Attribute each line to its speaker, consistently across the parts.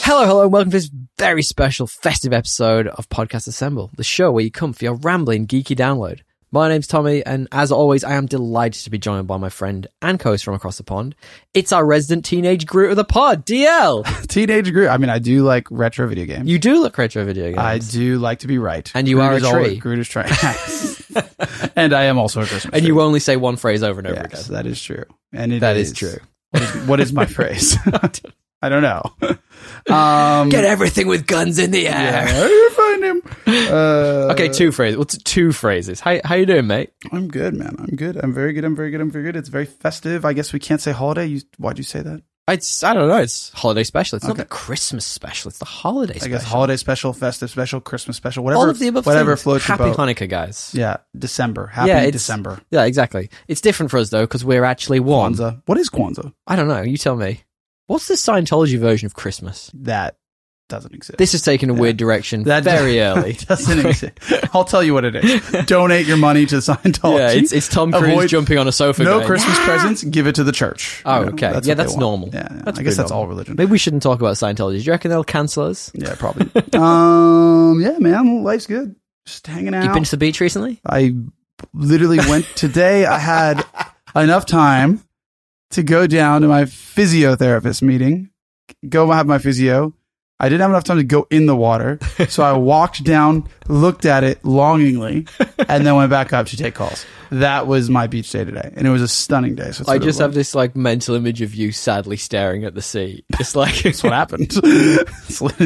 Speaker 1: Hello, hello, and welcome to this very special festive episode of Podcast Assemble, the show where you come for your rambling, geeky download. My name's Tommy, and as always, I am delighted to be joined by my friend and co host from across the pond. It's our resident teenage Groot of the pod, DL.
Speaker 2: Teenage Groot. I mean, I do like retro video games.
Speaker 1: You do look retro video games.
Speaker 2: I do like to be right.
Speaker 1: And you
Speaker 2: Groot
Speaker 1: are a
Speaker 2: is always-
Speaker 1: tree.
Speaker 2: Groot is trying. and I am also a Christmas
Speaker 1: and
Speaker 2: tree.
Speaker 1: you only say one phrase over and over
Speaker 2: Yes,
Speaker 1: again.
Speaker 2: that is true. And it is
Speaker 1: That is true.
Speaker 2: What is, what is my phrase? I don't know. Um,
Speaker 1: Get everything with guns in the air.
Speaker 2: yeah, you find him. Uh,
Speaker 1: Okay, two phrases. What's two phrases? How how you doing, mate?
Speaker 2: I'm good, man. I'm good. I'm very good. I'm very good. I'm very good. It's very festive. I guess we can't say holiday. You, why'd you say that?
Speaker 1: It's I don't know. It's holiday special. It's not
Speaker 2: Okay.
Speaker 1: the Christmas special. It's the holiday
Speaker 2: I
Speaker 1: special.
Speaker 2: guess holiday special, festive special, Christmas special, whatever.
Speaker 1: All of the above.
Speaker 2: whatever
Speaker 1: things.
Speaker 2: floats
Speaker 1: Happy
Speaker 2: your boat.
Speaker 1: Hanukkah, guys.
Speaker 2: Yeah, December. Happy
Speaker 1: it's-
Speaker 2: December.
Speaker 1: Yeah, exactly. It's different for us though because we're actually one.
Speaker 2: Kwanzaa. What is Kwanzaa?
Speaker 1: I don't know. You tell me. What's the Scientology version of Christmas?
Speaker 2: That doesn't exist.
Speaker 1: This is taking a weird direction
Speaker 2: That
Speaker 1: very early.
Speaker 2: doesn't exist. I'll tell you what it is. Donate your money to Scientology.
Speaker 1: yeah, it's, it's Tom Cruise
Speaker 2: Avoid-
Speaker 1: jumping on a sofa.
Speaker 2: no
Speaker 1: going,
Speaker 2: Christmas presents. Give it to the church.
Speaker 1: Oh,
Speaker 2: You know,
Speaker 1: okay. yeah,
Speaker 2: what they
Speaker 1: that's
Speaker 2: want.
Speaker 1: normal.
Speaker 2: Yeah, yeah.
Speaker 1: That's
Speaker 2: I guess
Speaker 1: pretty
Speaker 2: that's
Speaker 1: normal.
Speaker 2: all religion.
Speaker 1: Maybe we shouldn't talk about Scientology. Do you reckon they'll cancel us?
Speaker 2: Yeah, probably. um, yeah, man, life's good. Just hanging out.
Speaker 1: You've been to the beach recently?
Speaker 2: I literally went today. I had enough time to go down to my physiotherapist meeting, go have my physio. I didn't have enough time to go in the water, so I walked down, looked at it longingly, and then went back up to take calls. That was my beach day today, and it was a stunning day. So it's
Speaker 1: I
Speaker 2: sort of
Speaker 1: just
Speaker 2: like-
Speaker 1: have this like mental image of you sadly staring at the sea. It's like
Speaker 2: That's what happened. It's like-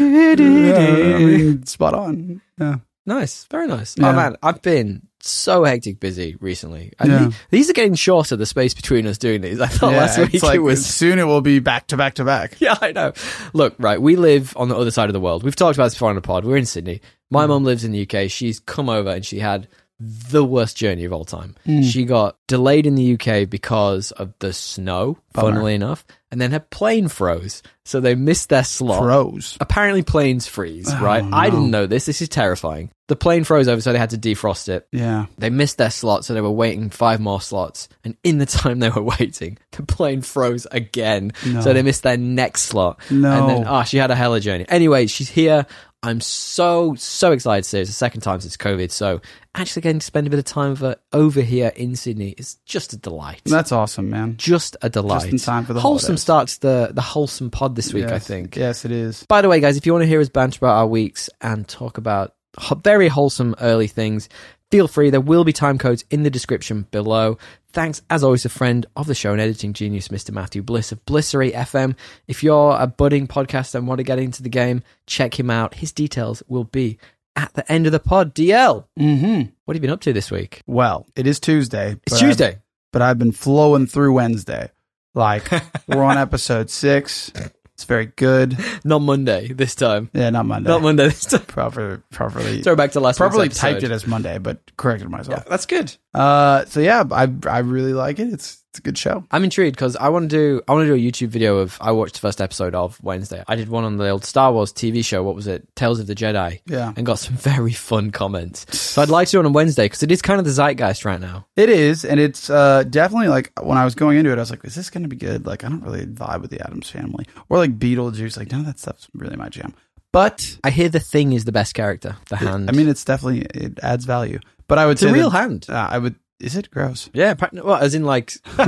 Speaker 2: Yeah, I mean, spot on. Yeah.
Speaker 1: Nice, very nice.
Speaker 2: Yeah.
Speaker 1: Oh man, I've been so hectic busy recently. And
Speaker 2: Yeah.
Speaker 1: the- these are getting shorter. The space between us doing these. I thought
Speaker 2: Yeah,
Speaker 1: last week
Speaker 2: it's like,
Speaker 1: it was.
Speaker 2: soon. It will be back to back to back.
Speaker 1: Yeah, I know. Look, right, we live on the other side of the world. We've talked about this before on the pod. We're in Sydney. My mum lives in the UK. She's come over and she had the worst journey of all time. She got delayed in the UK because of the snow, funnily enough, and then her plane froze. So they missed their slot
Speaker 2: Pros.
Speaker 1: apparently planes freeze, right? I didn't know this. This is terrifying. The plane froze over, so they had to defrost it.
Speaker 2: Yeah.
Speaker 1: They missed their slot, so they were waiting five more slots. And in the time they were waiting, the plane froze again. So they missed their next slot.
Speaker 2: No.
Speaker 1: And then, ah, she had a hella journey. Anyway, she's here. I'm so, so excited to see her. It's the second time since COVID. So actually getting to spend a bit of time with her over here in Sydney is just a delight.
Speaker 2: That's awesome, man.
Speaker 1: just a delight.
Speaker 2: in time for the
Speaker 1: wholesome
Speaker 2: holidays.
Speaker 1: starts the the wholesome pod this week, I
Speaker 2: Yes.
Speaker 1: think.
Speaker 2: Yes, it is.
Speaker 1: By the way, guys, if you want to hear us banter about our weeks and talk about ho- very wholesome early things, feel free. There will be time codes in the description below. Thanks, as always, to friend of the show and editing genius, Mr. Matthew Bliss of Blissery FM. If you're a budding podcast and want to get into the game, check him out. His details will be at the end of the pod. DL,
Speaker 2: Mm-hmm.
Speaker 1: what have you been up to this week?
Speaker 2: Well, it is Tuesday.
Speaker 1: It's
Speaker 2: but I've-
Speaker 1: Tuesday.
Speaker 2: but I've been flowing through Wednesday. Like we're on episode six. It's very good.
Speaker 1: Not Monday this time.
Speaker 2: Yeah, not Monday.
Speaker 1: Not Monday this time.
Speaker 2: Proper, properly,
Speaker 1: Throw back to last week's
Speaker 2: properly
Speaker 1: episode.
Speaker 2: typed it as Monday, but corrected myself.
Speaker 1: That's good.
Speaker 2: Uh, so yeah, I I really like it. It's it's a good show.
Speaker 1: I'm intrigued because I want to do I want to do a YouTube video of I watched the first episode of Wednesday. I did one on the old Star Wars TV show. What was it? Tales of the Jedi.
Speaker 2: Yeah.
Speaker 1: and got some very fun comments. So I'd like to do it on Wednesday because it is kind of the zeitgeist right now.
Speaker 2: It is, and it's uh, definitely like when I was going into it, I was like, "Is this going to be good?" Like, I don't really vibe with the Adams Family or like Beetlejuice. Like, none of that stuff's really my jam. But
Speaker 1: I hear the Thing is the best character. The hand.
Speaker 2: I mean, it's definitely it adds value. But I would
Speaker 1: it's
Speaker 2: say
Speaker 1: a real
Speaker 2: that,
Speaker 1: hand.
Speaker 2: uh, I would. Is it gross?
Speaker 1: Yeah, pra- well, as in like,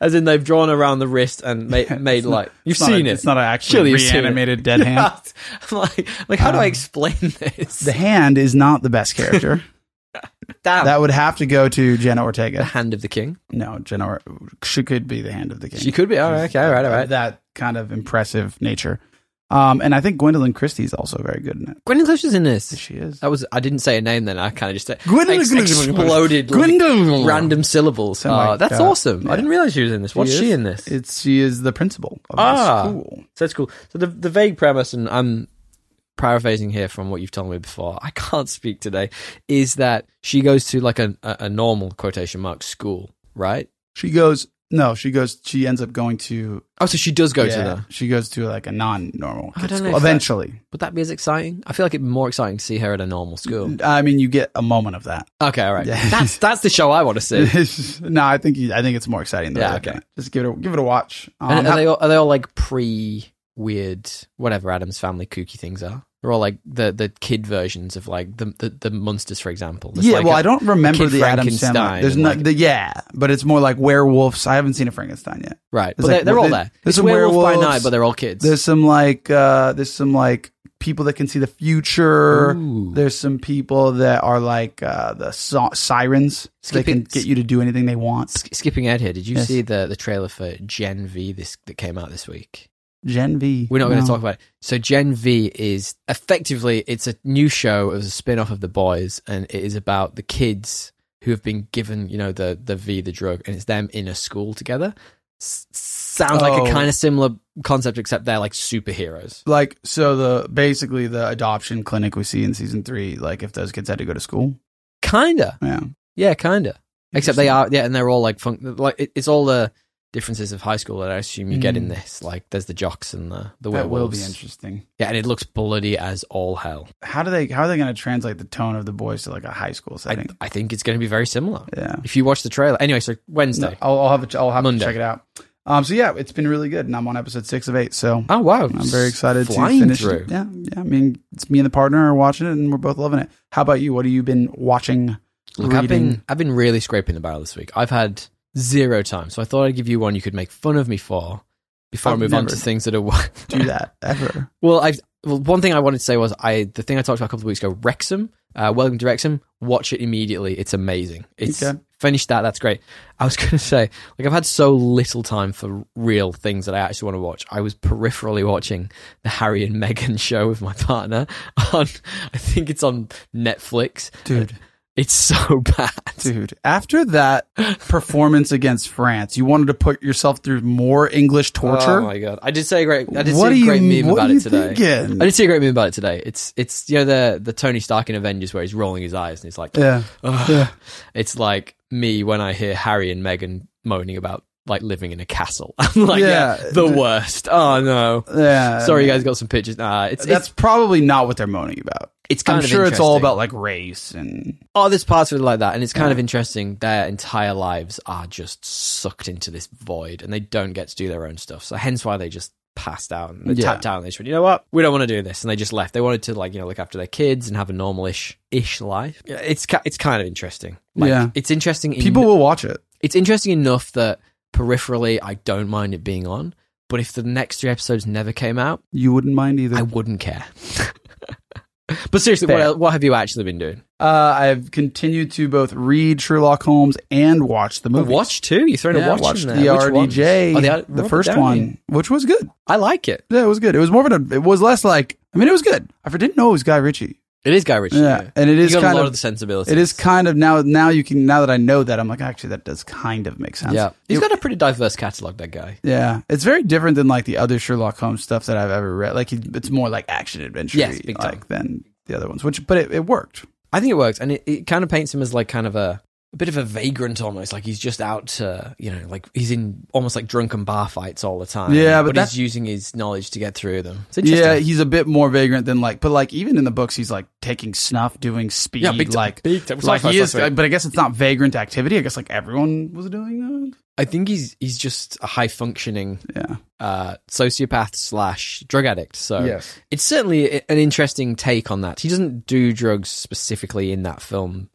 Speaker 1: as in they've drawn around the wrist and made, made like you've
Speaker 2: It's not
Speaker 1: seen
Speaker 2: a-
Speaker 1: it.
Speaker 2: It's not an
Speaker 1: Surely
Speaker 2: actually
Speaker 1: you've seen it.
Speaker 2: reanimated dead hand. Um,
Speaker 1: I'm like, like how do I explain this?
Speaker 2: The hand is not the best character.
Speaker 1: Damn.
Speaker 2: that would have to go to Jenna
Speaker 1: the
Speaker 2: Ortega.
Speaker 1: hand of the king.
Speaker 2: No, Jenna or- she could be the hand of the king.
Speaker 1: She could be. All right. Okay. All right. All right.
Speaker 2: That kind of impressive nature. Um, and I think Gwendolyn Christie's also very good in it. Oh,
Speaker 1: Gwendolyn Christie's in this.
Speaker 2: She is.
Speaker 1: That was I didn't say a name then. I kind of just
Speaker 2: Gwendolyn-
Speaker 1: ex- exploded like,
Speaker 2: Gwendolyn.
Speaker 1: random syllables.
Speaker 2: Oh my
Speaker 1: Oh, that's
Speaker 2: God.
Speaker 1: awesome. I didn't realize she was in this. What's
Speaker 2: is.
Speaker 1: she, in this?
Speaker 2: It's she is the principal of
Speaker 1: Ah.
Speaker 2: the school.
Speaker 1: so that's cool. So the the vague premise, and I'm paraphrasing here from what you've told me before. I can't speak today. Is that she goes to like a a, a normal quotation mark school, right?
Speaker 2: She goes no, she goes she ends up going to
Speaker 1: Oh, so she does go to
Speaker 2: yeah,
Speaker 1: that.
Speaker 2: she goes to like a non normal
Speaker 1: I don't know
Speaker 2: school.
Speaker 1: if that-
Speaker 2: Eventually.
Speaker 1: Would that be as exciting? I feel like it'd be more exciting to see her at a normal school.
Speaker 2: I mean you get a moment of that.
Speaker 1: Okay, all right.
Speaker 2: Yeah.
Speaker 1: That's that's the show I want to see.
Speaker 2: no, I think you, I think it's more exciting than
Speaker 1: Yeah,
Speaker 2: that.
Speaker 1: okay.
Speaker 2: Just give it a give it a watch. Um,
Speaker 1: And are
Speaker 2: how-
Speaker 1: they all, are they all like pre weird whatever Adam's family kooky things are. They're all like the the kid versions of like the the, the monsters, for example. There's
Speaker 2: yeah,
Speaker 1: like
Speaker 2: well,
Speaker 1: a-
Speaker 2: I don't remember
Speaker 1: Kid
Speaker 2: the Adam Sandler.
Speaker 1: Frankenstein
Speaker 2: There's
Speaker 1: and,
Speaker 2: not
Speaker 1: like-
Speaker 2: the, yeah, but it's more like werewolves. I haven't seen a Frankenstein yet.
Speaker 1: right,
Speaker 2: there's
Speaker 1: but
Speaker 2: like-
Speaker 1: they're, they're all
Speaker 2: there-
Speaker 1: there.
Speaker 2: there's
Speaker 1: It's
Speaker 2: some
Speaker 1: werewolf by
Speaker 2: werewolves.
Speaker 1: night, but they're all kids.
Speaker 2: There's some like uh there's some like people that can see the future.
Speaker 1: Ooh.
Speaker 2: There's some people that are like uh the so- sirens. So they can
Speaker 1: Skipping-
Speaker 2: get you to do anything they want.
Speaker 1: Sk- Skipping ahead here, did you
Speaker 2: Yes.
Speaker 1: see the the trailer for Gen V this that came out this week?
Speaker 2: Gen V.
Speaker 1: We're not going
Speaker 2: No.
Speaker 1: to talk about it. So Gen V is effectively it's a new show. It was a spin-off of The Boys, and it is about the kids who have been given, you know, the the V, the drug, and it's them in a school together. S- sounds like
Speaker 2: Oh.
Speaker 1: a kind of similar concept, except they're like superheroes.
Speaker 2: like so the basically the adoption clinic we see in season three. Like if those kids had to go to school,
Speaker 1: Kinda,
Speaker 2: yeah.
Speaker 1: yeah, kinda. Except they are, yeah, and they're all like fun. Like it, it's all the differences of high school that I assume you get in
Speaker 2: Mm.
Speaker 1: this. Like there's the jocks and the the
Speaker 2: That will be
Speaker 1: werewolves.
Speaker 2: interesting.
Speaker 1: yeah, and it looks bloody as all hell.
Speaker 2: How do they? How are they going to translate the tone of the boys to like a high school
Speaker 1: I,
Speaker 2: setting?
Speaker 1: I think it's going to be very similar.
Speaker 2: yeah.
Speaker 1: If you watch the trailer, anyway, so Wednesday.
Speaker 2: No, I'll, I'll have it. I'll have to
Speaker 1: Monday.
Speaker 2: check it out. Um. So yeah, it's been really good, and I'm on episode six of eight. So
Speaker 1: Oh wow,
Speaker 2: I'm very excited to
Speaker 1: Flying
Speaker 2: finish.
Speaker 1: through.
Speaker 2: Yeah, yeah. I mean, it's me and the partner are watching it, and we're both loving it. How about you? What have you been watching?
Speaker 1: Look, I've been I've been really scraping the barrel this week. I've had zero time, so I thought I'd give you one you could make fun of me for before i
Speaker 2: I've
Speaker 1: move on to
Speaker 2: never
Speaker 1: things that are.
Speaker 2: do that ever.
Speaker 1: well, I well, one thing I wanted to say was I the thing I talked about a couple of weeks ago. Wrexham, uh, welcome to Wrexham. Watch it immediately. It's amazing. It's
Speaker 2: Okay.
Speaker 1: finish that. That's great. I was going to say like I've had so little time for real things that I actually want to watch. I was peripherally watching the Harry and Meghan show with my partner on I think it's on Netflix.
Speaker 2: Dude.
Speaker 1: It's so bad.
Speaker 2: Dude, after that performance against France, you wanted to put yourself through more English
Speaker 1: Oh
Speaker 2: torture.
Speaker 1: my god! I did say a great. I did
Speaker 2: what
Speaker 1: see
Speaker 2: are
Speaker 1: a great
Speaker 2: you?
Speaker 1: meme
Speaker 2: What
Speaker 1: about
Speaker 2: are you
Speaker 1: it today. I
Speaker 2: thinking?
Speaker 1: did see a great meme about it today. It's it's you know the the Tony Stark in Avengers where he's rolling his eyes and he's like,
Speaker 2: Yeah,
Speaker 1: "Ugh."
Speaker 2: yeah.
Speaker 1: it's like me when I hear Harry and Meghan moaning about like living in a castle. I'm like, yeah,
Speaker 2: Yeah.
Speaker 1: the worst. Oh no.
Speaker 2: yeah.
Speaker 1: Sorry, you guys got some pictures. Nah, it's
Speaker 2: That's
Speaker 1: it's,
Speaker 2: probably not what they're moaning about.
Speaker 1: it's kind
Speaker 2: I'm
Speaker 1: of
Speaker 2: sure it's all
Speaker 1: interesting.
Speaker 2: about like race and
Speaker 1: oh, this parts of it are like that, and it's kind of interesting. Their entire lives are just sucked into this void, and they don't get to do their own stuff. So hence why they just passed out and they
Speaker 2: Yeah.
Speaker 1: tapped out, and they just went, you know what, we don't want to do this, and they just left. They wanted to like you know look after their kids and have a normalish ish life. Yeah, It's ki- it's kind of interesting. Like,
Speaker 2: Yeah.
Speaker 1: it's interesting. In,
Speaker 2: people will watch it.
Speaker 1: it's interesting enough that peripherally, I don't mind it being on. But if the next three episodes never came out,
Speaker 2: You wouldn't mind either.
Speaker 1: I wouldn't care. but seriously, what,
Speaker 2: Fair.
Speaker 1: el- what have you actually been doing?
Speaker 2: Uh, I've continued to both read Sherlock Holmes and watch the
Speaker 1: A
Speaker 2: movie.
Speaker 1: watch too. You throwing
Speaker 2: Yeah,
Speaker 1: a watch
Speaker 2: watched
Speaker 1: in
Speaker 2: the
Speaker 1: there. Which ones?
Speaker 2: RDJ,
Speaker 1: Oh,
Speaker 2: the,
Speaker 1: Robert
Speaker 2: first
Speaker 1: Downey.
Speaker 2: one, which was good.
Speaker 1: I like it.
Speaker 2: Yeah, it was good. It was more of an. It was less like. I mean, it was good. I didn't know it was Guy Ritchie.
Speaker 1: It is Guy Ritchie.
Speaker 2: Yeah,
Speaker 1: though.
Speaker 2: and it
Speaker 1: He's
Speaker 2: is
Speaker 1: got a
Speaker 2: kind
Speaker 1: lot of,
Speaker 2: of.
Speaker 1: the sensibilities.
Speaker 2: It is kind of now. Now you can. Now that I know that, I'm like, actually, that does kind of make sense.
Speaker 1: Yeah, he's
Speaker 2: It-
Speaker 1: got a pretty diverse catalog. That guy.
Speaker 2: yeah, it's very different than like the other Sherlock Holmes stuff that I've ever read. Like it- it's more like action adventure,
Speaker 1: Yes, big time.
Speaker 2: like than the other ones. Which, but it, it worked.
Speaker 1: I think it works, and it, it kind of paints him as like kind of a, a bit of a vagrant almost. Like he's just out to you know, like he's in almost like drunken bar fights all the time.
Speaker 2: Yeah, but that's-
Speaker 1: he's using his knowledge to get through them. It's interesting.
Speaker 2: Yeah, he's a bit more vagrant than like, but like even in the books, he's like taking snuff, doing speed,
Speaker 1: yeah, big time,
Speaker 2: like
Speaker 1: big time.
Speaker 2: It's like he is, but I guess it's not vagrant activity. I guess like everyone was doing
Speaker 1: I think he's he's just a high functioning
Speaker 2: that. Yeah.
Speaker 1: uh, sociopath slash drug addict. So
Speaker 2: Yes.
Speaker 1: it's certainly a- an interesting take on that. He doesn't do drugs specifically in that film,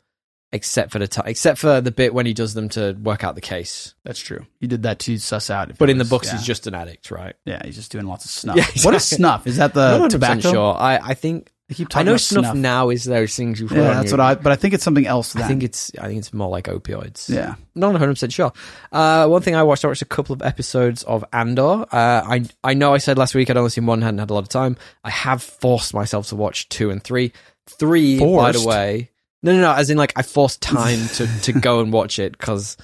Speaker 1: except for the ti except for the bit when he does them to work out the case.
Speaker 2: That's true. He did that to suss out. if
Speaker 1: But
Speaker 2: it
Speaker 1: in the
Speaker 2: was-
Speaker 1: books,
Speaker 2: yeah.
Speaker 1: he's just an addict, right?
Speaker 2: yeah, he's just doing lots of snuff.
Speaker 1: Yeah,
Speaker 2: What
Speaker 1: exactly.
Speaker 2: is snuff? Is
Speaker 1: I'm
Speaker 2: that the
Speaker 1: not 100%
Speaker 2: Uh, tobacco?
Speaker 1: sure. I, I think
Speaker 2: They keep
Speaker 1: I
Speaker 2: talking
Speaker 1: know
Speaker 2: about
Speaker 1: snuff,
Speaker 2: snuff.
Speaker 1: now is those things you put
Speaker 2: Yeah,
Speaker 1: on
Speaker 2: that's
Speaker 1: your-
Speaker 2: what I. But I think it's something else. Then.
Speaker 1: I think it's I think it's more like opioids.
Speaker 2: Yeah.
Speaker 1: I'm not 100 percent sure. Uh, one thing I watched, I watched a couple of episodes of Andor. Uh, I I know I said last week I'd only seen one, hadn't had a lot of time. I have forced myself to watch two and three. Three, by
Speaker 2: Forced?
Speaker 1: the way, no, no, no. As in, like I forced time to to go and watch it because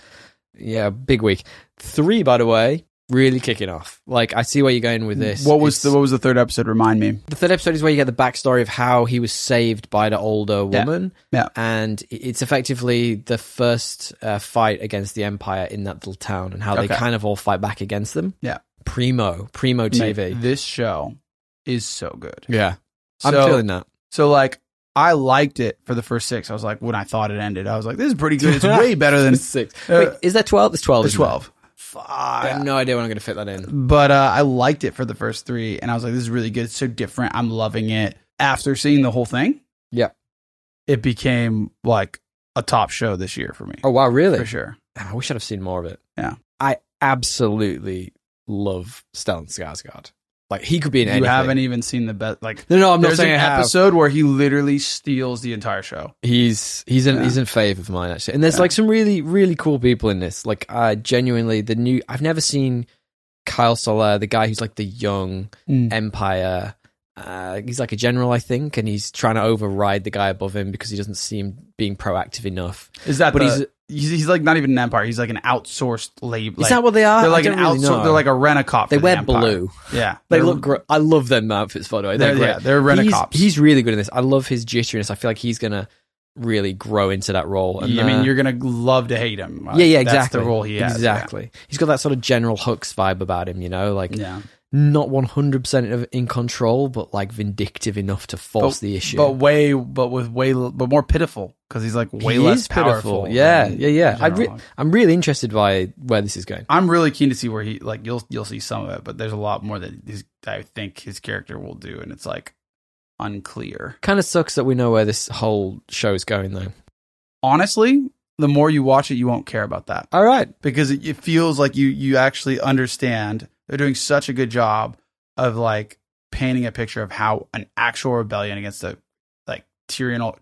Speaker 1: yeah, big week. Three, by the way, really kicking off. Like I see where you're going with this.
Speaker 2: Mm, What was
Speaker 1: It's-
Speaker 2: the What was the third episode? Remind me.
Speaker 1: the third episode is where you get the backstory of how he was saved by the older
Speaker 2: Yeah.
Speaker 1: woman.
Speaker 2: Yeah.
Speaker 1: And it's effectively the first uh, fight against the Empire in that little town and how
Speaker 2: Okay.
Speaker 1: they kind of all fight back against them.
Speaker 2: Yeah.
Speaker 1: Primo, Primo TV.
Speaker 2: This show is so good.
Speaker 1: Yeah. I'm
Speaker 2: So-
Speaker 1: feeling that.
Speaker 2: So like I liked it for the first six. I was like when I thought it ended, I was like, this is pretty good. It's way better than
Speaker 1: six.
Speaker 2: Uh,
Speaker 1: Wait, is there 12? There's 12.
Speaker 2: the
Speaker 1: isn't there?
Speaker 2: twelve. fuck.
Speaker 1: I have no idea when I'm going to fit that in.
Speaker 2: But uh, I liked it for the first three, and I was like, this is really good. It's so different. I'm loving it. After seeing the whole thing,
Speaker 1: Yeah.
Speaker 2: it became like a top show this year for me.
Speaker 1: Oh wow, really? Ah,
Speaker 2: for sure.
Speaker 1: I wish I'd have seen more of it.
Speaker 2: Yeah.
Speaker 1: I absolutely love Stellan Skarsgård. Like he could be in
Speaker 2: you
Speaker 1: anything.
Speaker 2: haven't even seen the best. Like,
Speaker 1: No, no, I'm not
Speaker 2: there's an
Speaker 1: saying I have.
Speaker 2: episode where he literally steals the entire show.
Speaker 1: He's he's in
Speaker 2: Yeah.
Speaker 1: he's in favor of mine actually, and there's
Speaker 2: Yeah.
Speaker 1: like some really really cool people in this. Like I genuinely the new I've never seen Kyle Soler, the guy who's like the young Empire. Uh, he's like a general, I think, and he's trying to override the guy above him because he doesn't seem being proactive enough.
Speaker 2: Is that?
Speaker 1: But
Speaker 2: the-
Speaker 1: he's-
Speaker 2: he's he's like not even an empire. He's like an outsourced label.
Speaker 1: Is that what they are?
Speaker 2: They're
Speaker 1: I
Speaker 2: like an
Speaker 1: don't really
Speaker 2: outsourced.
Speaker 1: know.
Speaker 2: They're like a Renacop.
Speaker 1: they
Speaker 2: for the
Speaker 1: wear
Speaker 2: Empire.
Speaker 1: blue.
Speaker 2: Yeah,
Speaker 1: They
Speaker 2: They're-
Speaker 1: look great. I love them outfits, by the way. They're,
Speaker 2: They're,
Speaker 1: great.
Speaker 2: yeah, they're Renacops.
Speaker 1: He's, he's really good in this. I love his jitteriness. I feel like he's gonna really grow into that role. And,
Speaker 2: I mean,
Speaker 1: uh,
Speaker 2: you're gonna love to hate him. Like,
Speaker 1: yeah, yeah,
Speaker 2: Uh, that's
Speaker 1: exactly.
Speaker 2: the role he has.
Speaker 1: Exactly. He's got that sort of General Hux vibe about him, you know, like
Speaker 2: Yeah. Yeah.
Speaker 1: not one hundred percent in control, but like vindictive enough to force the issue.
Speaker 2: But way, but with way, l- but more pitiful because he's like way
Speaker 1: He
Speaker 2: less
Speaker 1: is pitiful.
Speaker 2: powerful.
Speaker 1: Yeah,
Speaker 2: than
Speaker 1: yeah, yeah. I re-
Speaker 2: General Hux.
Speaker 1: I'm really interested by where this is going.
Speaker 2: I'm really keen to see where he like you'll you'll see some of it, but there's a lot more that he's, I think his character will do, and it's like unclear.
Speaker 1: Kind of sucks that we know where this whole show's going, though.
Speaker 2: Honestly, the more you watch it, you won't care about that.
Speaker 1: All right.
Speaker 2: because it, it feels like you you actually understand they're doing such a good job of like painting a picture of how an actual rebellion against a like tyrannical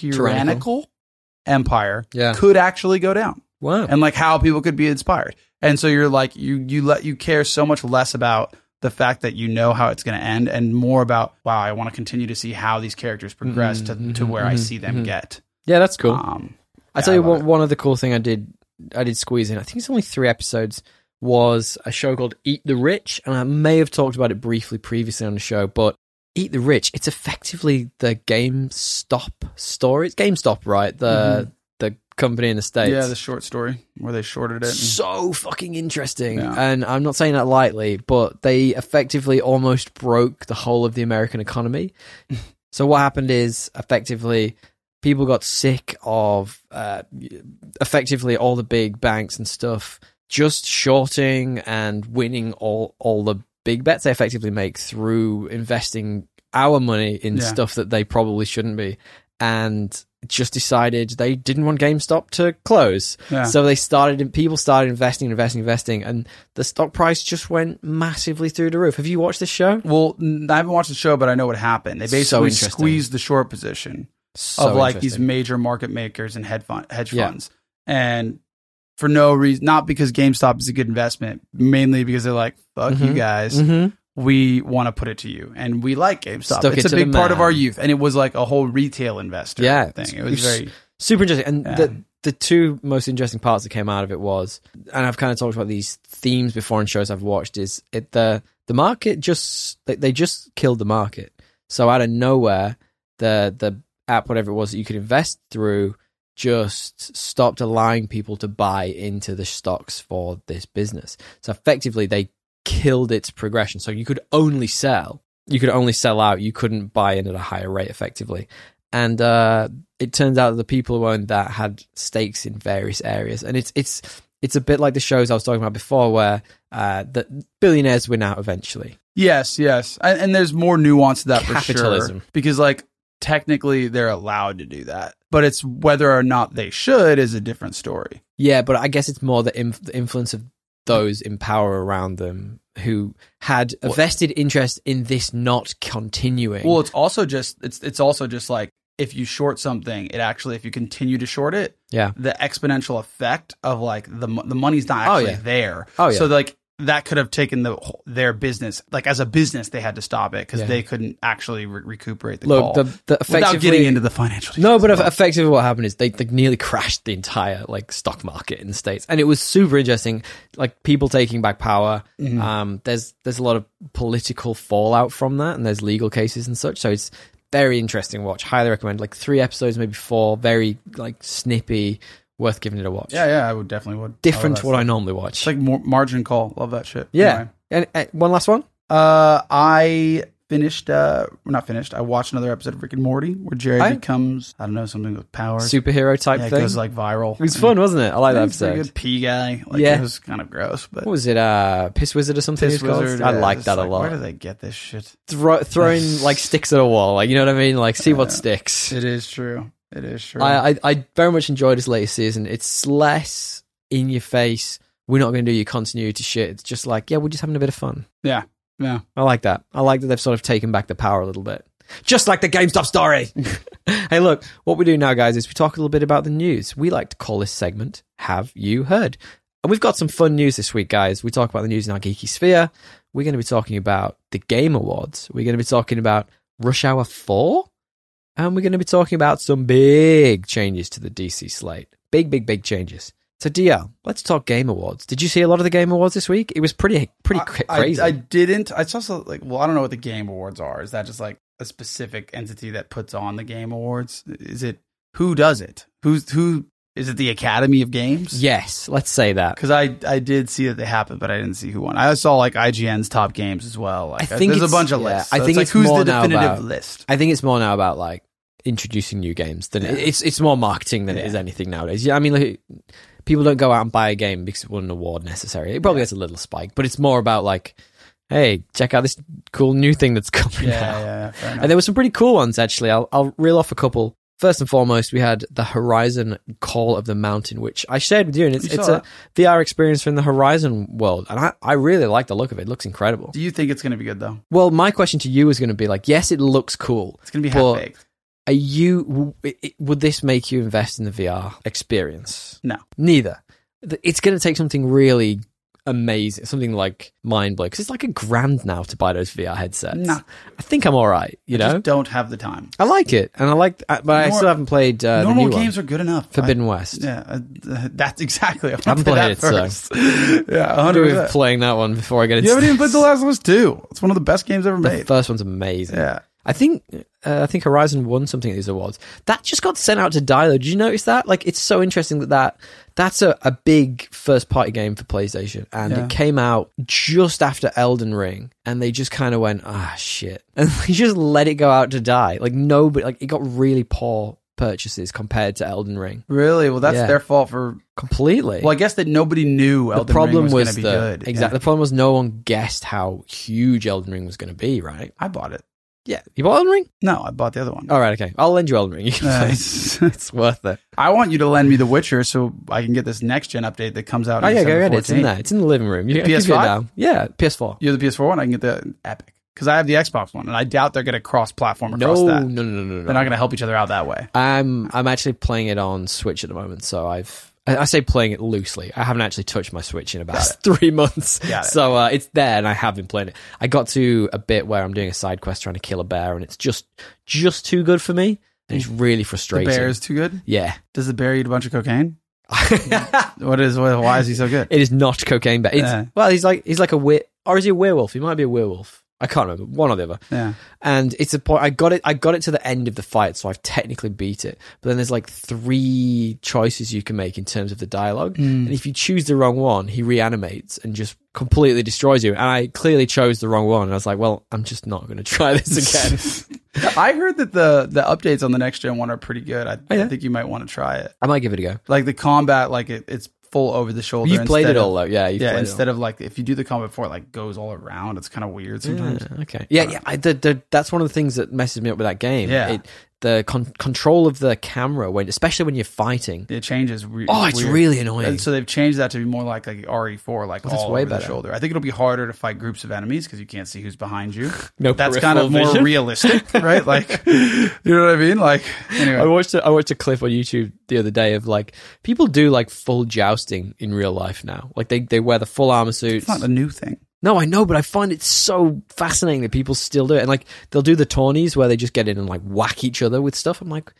Speaker 2: tyrannical empire
Speaker 1: Yeah.
Speaker 2: could actually go down
Speaker 1: Wow.
Speaker 2: and like how people could be inspired and so you're like you you let you care so much less about the fact that you know how it's going to end and more about wow i want to continue to see how these characters progress
Speaker 1: Mhm,
Speaker 2: to, to
Speaker 1: mhm,
Speaker 2: where i
Speaker 1: mhm,
Speaker 2: see them
Speaker 1: mhm.
Speaker 2: get
Speaker 1: Yeah, that's cool.
Speaker 2: um
Speaker 1: I tell
Speaker 2: Yeah,
Speaker 1: you
Speaker 2: I love
Speaker 1: what, one other cool thing I did, I did squeeze in. I think it's only three episodes. Was a show called Eat the Rich, and I may have talked about it briefly previously on the show, but Eat the Rich, it's effectively the GameStop story. It's GameStop, right? The the company in the states.
Speaker 2: Mm-hmm. yeah the short story where they shorted it and-
Speaker 1: so fucking interesting.
Speaker 2: Yeah.
Speaker 1: And I'm not saying that lightly, but they effectively almost broke the whole of the American economy. so what happened is effectively people got sick of uh, effectively all the big banks and stuff just shorting and winning all all the big bets they effectively make through investing our money in
Speaker 2: Yeah.
Speaker 1: stuff that they probably shouldn't be and just decided they didn't want GameStop to close
Speaker 2: yeah.
Speaker 1: so they started, people started investing, investing, investing, and the stock price just went massively through the roof. Have you watched this show?
Speaker 2: Well, n- I haven't watched the show, but I know what happened. They
Speaker 1: So
Speaker 2: basically
Speaker 1: interesting.
Speaker 2: squeezed the short position
Speaker 1: So
Speaker 2: of like these
Speaker 1: interesting.
Speaker 2: major market makers and hedge, fund, hedge
Speaker 1: Yeah.
Speaker 2: funds, and for no reason, not because GameStop is a good investment, mainly because they're like, "Fuck you
Speaker 1: Mhm.
Speaker 2: guys,
Speaker 1: Mhm.
Speaker 2: we want to put it to you, and we like GameStop.
Speaker 1: Stuck it
Speaker 2: it's a
Speaker 1: to the
Speaker 2: big part of
Speaker 1: man.
Speaker 2: our youth." And it was like a whole retail investor,
Speaker 1: Yeah.
Speaker 2: thing. It was very
Speaker 1: super interesting. And
Speaker 2: Yeah.
Speaker 1: the the two most interesting parts that came out of it was, and I've kind of talked about these themes before in shows I've watched, is it the the market just they, they just killed the market. So out of nowhere, the the app whatever it was that you could invest through just stopped allowing people to buy into the stocks for this business. So effectively, they killed its progression. So you could only sell, you could only sell out. You couldn't buy in at a higher rate effectively. And uh, it turns out that the people who owned that had stakes in various areas, and it's it's it's a bit like the shows I was talking about before, where uh, the billionaires win out eventually.
Speaker 2: Yes, yes, and, and there's more nuance to that for
Speaker 1: Capitalism.
Speaker 2: sure. Because like technically they're allowed to do that, but it's whether or not they should is a different story.
Speaker 1: Yeah, but I guess it's more the, inf- the influence of those in power around them who had a vested interest in this not continuing.
Speaker 2: Well, it's also just it's it's also just like if you short something, it actually if you continue to short it,
Speaker 1: yeah,
Speaker 2: the exponential effect of like the mo- the money's not
Speaker 1: Oh,
Speaker 2: actually
Speaker 1: yeah.
Speaker 2: there.
Speaker 1: Oh, yeah.
Speaker 2: So like that could have taken the wh- their business like as a business they had to stop it because
Speaker 1: Yeah.
Speaker 2: they couldn't actually re- recuperate the call
Speaker 1: look, the, the
Speaker 2: Oh. without
Speaker 1: effectively
Speaker 2: getting into the financial.
Speaker 1: No,
Speaker 2: details,
Speaker 1: but eff- effectively, what happened is they, they nearly crashed the entire like stock market in the states, and it was super interesting. Like people taking back power.
Speaker 2: Mhm.
Speaker 1: Um, there's there's a lot of political fallout from that, and there's legal cases and such. So it's very interesting watch. Highly recommend. Like three episodes, maybe four. Very like snippy. Worth giving it a watch.
Speaker 2: yeah, Oh, yeah, I would definitely would.
Speaker 1: different
Speaker 2: I would-
Speaker 1: to what I normally watch. uh,
Speaker 2: It's like mar- margin call. Love that shit.
Speaker 1: yeah.
Speaker 2: Anyway.
Speaker 1: And, and one last one.
Speaker 2: Uh, I finished, uh, not finished, I watched another episode of Rick and Morty where Jerry
Speaker 1: I-
Speaker 2: becomes, I don't know, something with powers.
Speaker 1: superhero type
Speaker 2: yeah, it
Speaker 1: thing.
Speaker 2: goes like viral.
Speaker 1: it was fun, wasn't it? I like that
Speaker 2: He's a pretty
Speaker 1: episode.
Speaker 2: good pea guy. Like,
Speaker 1: Yeah.
Speaker 2: It was kind of gross, but.
Speaker 1: What was it? Uh, Piss Wizard or something? it's
Speaker 2: Piss
Speaker 1: called?
Speaker 2: Wizard,
Speaker 1: I
Speaker 2: yeah,
Speaker 1: like
Speaker 2: it's
Speaker 1: that a
Speaker 2: Where do
Speaker 1: lot.
Speaker 2: they get this shit?
Speaker 1: Throw, throwing like sticks at a wall, like you know what I mean? Like see what
Speaker 2: Yeah.
Speaker 1: sticks.
Speaker 2: It is true. It is true.
Speaker 1: I, uh, I I very much enjoyed this latest season. It's less in your face. We're not going to do your continuity shit. It's just like yeah, we're just having a bit of fun.
Speaker 2: yeah. Yeah.
Speaker 1: I like that. I like that they've sort of taken back the power a little bit. Just like the GameStop story. hey, look, what we do now, guys, is we talk a little bit about the news. We like to call this segment Have You Heard? And we've got some fun news this week, guys. We talk about the news in our geeky sphere. We're going to be talking about the Game Awards. We're going to be talking about Rush Hour 4. And we're going to be talking about some big changes to the DC slate. Big, big, big changes. So, DL, let's talk Game Awards. Did you see a lot of the Game Awards this week? It was pretty, pretty cra-
Speaker 2: I,
Speaker 1: crazy.
Speaker 2: I, I didn't. I saw some, like, well, I don't know what the Game Awards are. Is that just like a specific entity that puts on the Game Awards? Is it who does it? Who's who? Is it the Academy of Games?
Speaker 1: yes, let's say that.
Speaker 2: Because I I did see that they happened, but I didn't see who won. I saw like IGN's top games as well. Like,
Speaker 1: I think
Speaker 2: there's a
Speaker 1: it's-
Speaker 2: bunch of
Speaker 1: yeah,
Speaker 2: lists.
Speaker 1: I
Speaker 2: So
Speaker 1: think
Speaker 2: like,
Speaker 1: it's
Speaker 2: who's
Speaker 1: more
Speaker 2: the
Speaker 1: now
Speaker 2: definitive
Speaker 1: about-
Speaker 2: list.
Speaker 1: I think it's more now about like introducing new games than
Speaker 2: Yeah.
Speaker 1: it's it's more marketing than it
Speaker 2: Yeah.
Speaker 1: is anything nowadays. Yeah, I mean, like, people don't go out and buy a game because it won an award necessarily. It probably gets a little spike, but it's more about like, hey, check out this cool new thing that's coming
Speaker 2: Yeah,
Speaker 1: out.
Speaker 2: yeah, yeah, fair enough.
Speaker 1: And there were some pretty cool ones actually. I'll I'll reel off a couple. First and foremost, we had the Horizon Call of the Mountain, which I shared with you, and it's
Speaker 2: You
Speaker 1: it's
Speaker 2: saw
Speaker 1: a VR experience from the Horizon world, and I, I really like the look of it. It looks incredible.
Speaker 2: Do you think it's going to be good though?
Speaker 1: Well, my question to you is going to be like, yes, it looks cool,
Speaker 2: It's going to be
Speaker 1: Well,
Speaker 2: half baked.
Speaker 1: are you w- it- it- would this make you invest in the VR experience?
Speaker 2: No.
Speaker 1: Neither. Th- It's going to take something really amazing, something like mind blowing. Because it's like a grand now to buy those VR headsets.
Speaker 2: No.
Speaker 1: I think I'm all right. You know,
Speaker 2: Just don't have the time.
Speaker 1: I like it, and I like, uh, but I
Speaker 2: Nor-
Speaker 1: still haven't played uh, the
Speaker 2: Normal
Speaker 1: new
Speaker 2: games
Speaker 1: one,
Speaker 2: are good enough. I-
Speaker 1: Forbidden West.
Speaker 2: Yeah, uh, th- that's exactly. I
Speaker 1: haven't played it, so.
Speaker 2: yeah,
Speaker 1: I'm
Speaker 2: hundred
Speaker 1: doing
Speaker 2: percent.
Speaker 1: playing that one before I get into
Speaker 2: You haven't even played
Speaker 1: this.
Speaker 2: The Last of Us Two. It's one of the best games ever
Speaker 1: The
Speaker 2: made.
Speaker 1: first one's amazing.
Speaker 2: Yeah,
Speaker 1: I think uh, I think Horizon won something at these awards. That just got sent out to Dialo. Did you notice that? Like, it's so interesting that, that that's a, a big first party game for PlayStation, and
Speaker 2: Yeah.
Speaker 1: it came out just after Elden Ring, and they just kind of went, ah, shit, and they just let it go out to die. Like nobody, like it got really poor purchases compared to Elden Ring.
Speaker 2: really. Well, that's
Speaker 1: Yeah.
Speaker 2: their fault for.
Speaker 1: Completely.
Speaker 2: Well, I guess that nobody knew
Speaker 1: the
Speaker 2: Elden
Speaker 1: problem
Speaker 2: Ring was,
Speaker 1: was,
Speaker 2: going to be
Speaker 1: the
Speaker 2: good.
Speaker 1: exactly. The problem was no one guessed how huge Elden Ring was going to be. Right?
Speaker 2: Yeah. I bought it.
Speaker 1: Yeah. You bought Elden Ring?
Speaker 2: No, I bought the other one.
Speaker 1: All right. Okay. I'll lend you Elden Ring. You can play.
Speaker 2: Uh,
Speaker 1: It's worth it.
Speaker 2: I want you to lend me The Witcher so I can get this next gen update that comes out.
Speaker 1: Oh
Speaker 2: in
Speaker 1: yeah, go
Speaker 2: December
Speaker 1: get it. It's in
Speaker 2: 14th.
Speaker 1: there. It's in the living room. You can keep it
Speaker 2: PS5?
Speaker 1: now. Yeah, PS4.
Speaker 2: You have the PS4 one. I can get the Epic because I have the Xbox one, and I doubt they're going to cross platform across
Speaker 1: No, no,
Speaker 2: that.
Speaker 1: no, no, no,
Speaker 2: They're not
Speaker 1: no.
Speaker 2: going to help each other out that way.
Speaker 1: I'm I'm actually playing it on Switch at the moment, so I've I I say playing it loosely. I haven't actually touched my Switch in about three months,
Speaker 2: Got it.
Speaker 1: so uh, it's there, and I have been playing it. I got to a bit where I'm doing a side quest trying to kill a bear, and it's just just too good for me, and it's really
Speaker 2: Mm. The
Speaker 1: frustrating.
Speaker 2: bear is too good.
Speaker 1: yeah,
Speaker 2: Does the bear eat a bunch of cocaine? What is? What, why is he so good?
Speaker 1: it is not cocaine, but it's,
Speaker 2: Yeah.
Speaker 1: well, he's like he's like a wit, or is he a werewolf? He might be a werewolf. I can't remember one or the other.
Speaker 2: Yeah.
Speaker 1: and it's a point i got it i got it to the end of the fight so i've technically beat it but then there's like three choices you can make in terms of the
Speaker 2: Hmm.
Speaker 1: dialogue and if you choose the wrong one he reanimates and just completely destroys you and i clearly chose the wrong one and i was like well i'm just not going to try this again
Speaker 2: I heard that the the updates on the next gen one are pretty good. I,
Speaker 1: Oh, yeah?
Speaker 2: I think you might want to try it.
Speaker 1: i might give it a go
Speaker 2: Like the combat, like it, it's full over the shoulder.
Speaker 1: you've played
Speaker 2: instead
Speaker 1: it
Speaker 2: of-
Speaker 1: all though yeah you've
Speaker 2: yeah.
Speaker 1: played
Speaker 2: Instead of like if you do the combat before, it like goes all around. It's kind of weird
Speaker 1: it all.
Speaker 2: sometimes.
Speaker 1: Yeah, okay yeah yeah I, the, the, that's one of the things that messes me up with that game
Speaker 2: Yeah.
Speaker 1: it, the con- control of the camera when especially when you're fighting
Speaker 2: It changes. Re-
Speaker 1: oh it's
Speaker 2: weird.
Speaker 1: really annoying
Speaker 2: And so they've changed that to be more like like RE4, like
Speaker 1: that's
Speaker 2: all
Speaker 1: way
Speaker 2: over the
Speaker 1: better.
Speaker 2: shoulder. I think it'll be harder to fight groups of enemies because you can't see who's behind you.
Speaker 1: No
Speaker 2: that's
Speaker 1: peripheral
Speaker 2: kind of more
Speaker 1: vision.
Speaker 2: realistic, right? Like, you know what I mean? Like, anyway,
Speaker 1: I watched a, I watched a clip on YouTube the other day of like people do like full jousting in real life now. Like they, they wear the full armor suits.
Speaker 2: it's not a new thing.
Speaker 1: no, I know, but I find it so fascinating that people still do it. And like they'll do the tourneys where they just get in and like whack each other with stuff. I'm like,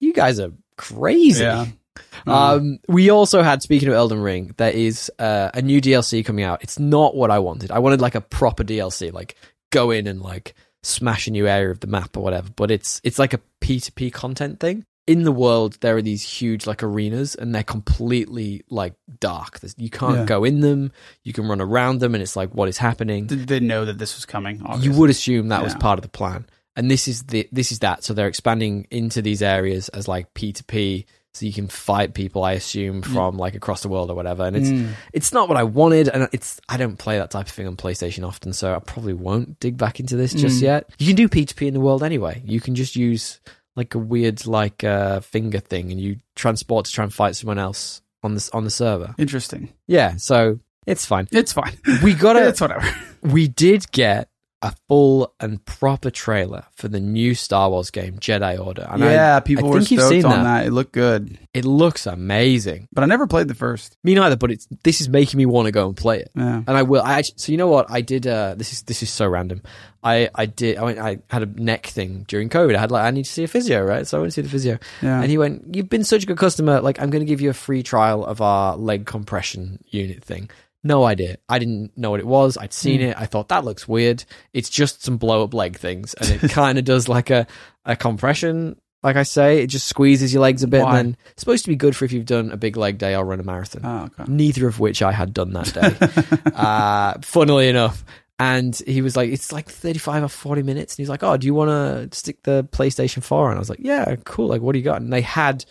Speaker 1: you guys are crazy.
Speaker 2: Yeah. Mm. Uh,
Speaker 1: Um, we also had speaking of Elden Ring, there is uh, a new DLC coming out. It's not what I wanted. I wanted like a proper DLC, like go in and like smash a new area of the map or whatever. But it's it's like a P2P content thing. in the world there are these huge like arenas and they're completely like dark. There's, you can't
Speaker 2: Yeah.
Speaker 1: go in them. You can run around them, and it's like what is happening.
Speaker 2: Did they know that this was coming?
Speaker 1: you would assume that was
Speaker 2: Yeah.
Speaker 1: part of the plan and this is the this is that so they're expanding into these areas as like p2p so you can fight people i assume from like across the world or whatever and it's
Speaker 2: Mm.
Speaker 1: it's not what i wanted and it's i don't play that type of thing on playstation often so i probably won't dig back into this just
Speaker 2: Mm.
Speaker 1: yet you can do p2p in the world anyway you can just use like a weird like uh finger thing and you transport to try and fight someone else on this on the server
Speaker 2: Interesting.
Speaker 1: yeah so it's fine
Speaker 2: It's fine.
Speaker 1: we got to
Speaker 2: it's whatever.
Speaker 1: we did get a full and proper trailer for the new Star Wars game, Jedi Order. And I-
Speaker 2: yeah, people were
Speaker 1: think you've
Speaker 2: stoked
Speaker 1: seen that.
Speaker 2: on that. It looked good,
Speaker 1: it looks amazing.
Speaker 2: but I never played the first.
Speaker 1: Me neither, but it's this is making me want to go and play it.
Speaker 2: Yeah.
Speaker 1: And I will. I actually, so you know what I did. Uh, this is this is so random. I I did. I went. I had a neck thing during COVID. I had like I need to see a physio, right? So I went to see the physio,
Speaker 2: Yeah.
Speaker 1: and he went, "You've been such a good customer. Like I'm going to give you a free trial of our leg compression unit thing." No idea. I didn't know what it was. I'd seen
Speaker 2: Hmm.
Speaker 1: it. I thought that looks weird. It's just some blow up leg things, and it kind of does like a a compression. Like I say, it just squeezes your legs a bit, and
Speaker 2: Why?
Speaker 1: then it's supposed to be good for if you've done a big leg day or run a marathon
Speaker 2: Oh, okay.
Speaker 1: neither of which I had done that day. uh, funnily enough. And he was like, it's like 35 or 40 minutes. And he's like, oh, do you want to stick the PlayStation 4 on? I was like, yeah, cool. Like, what do you got? And they had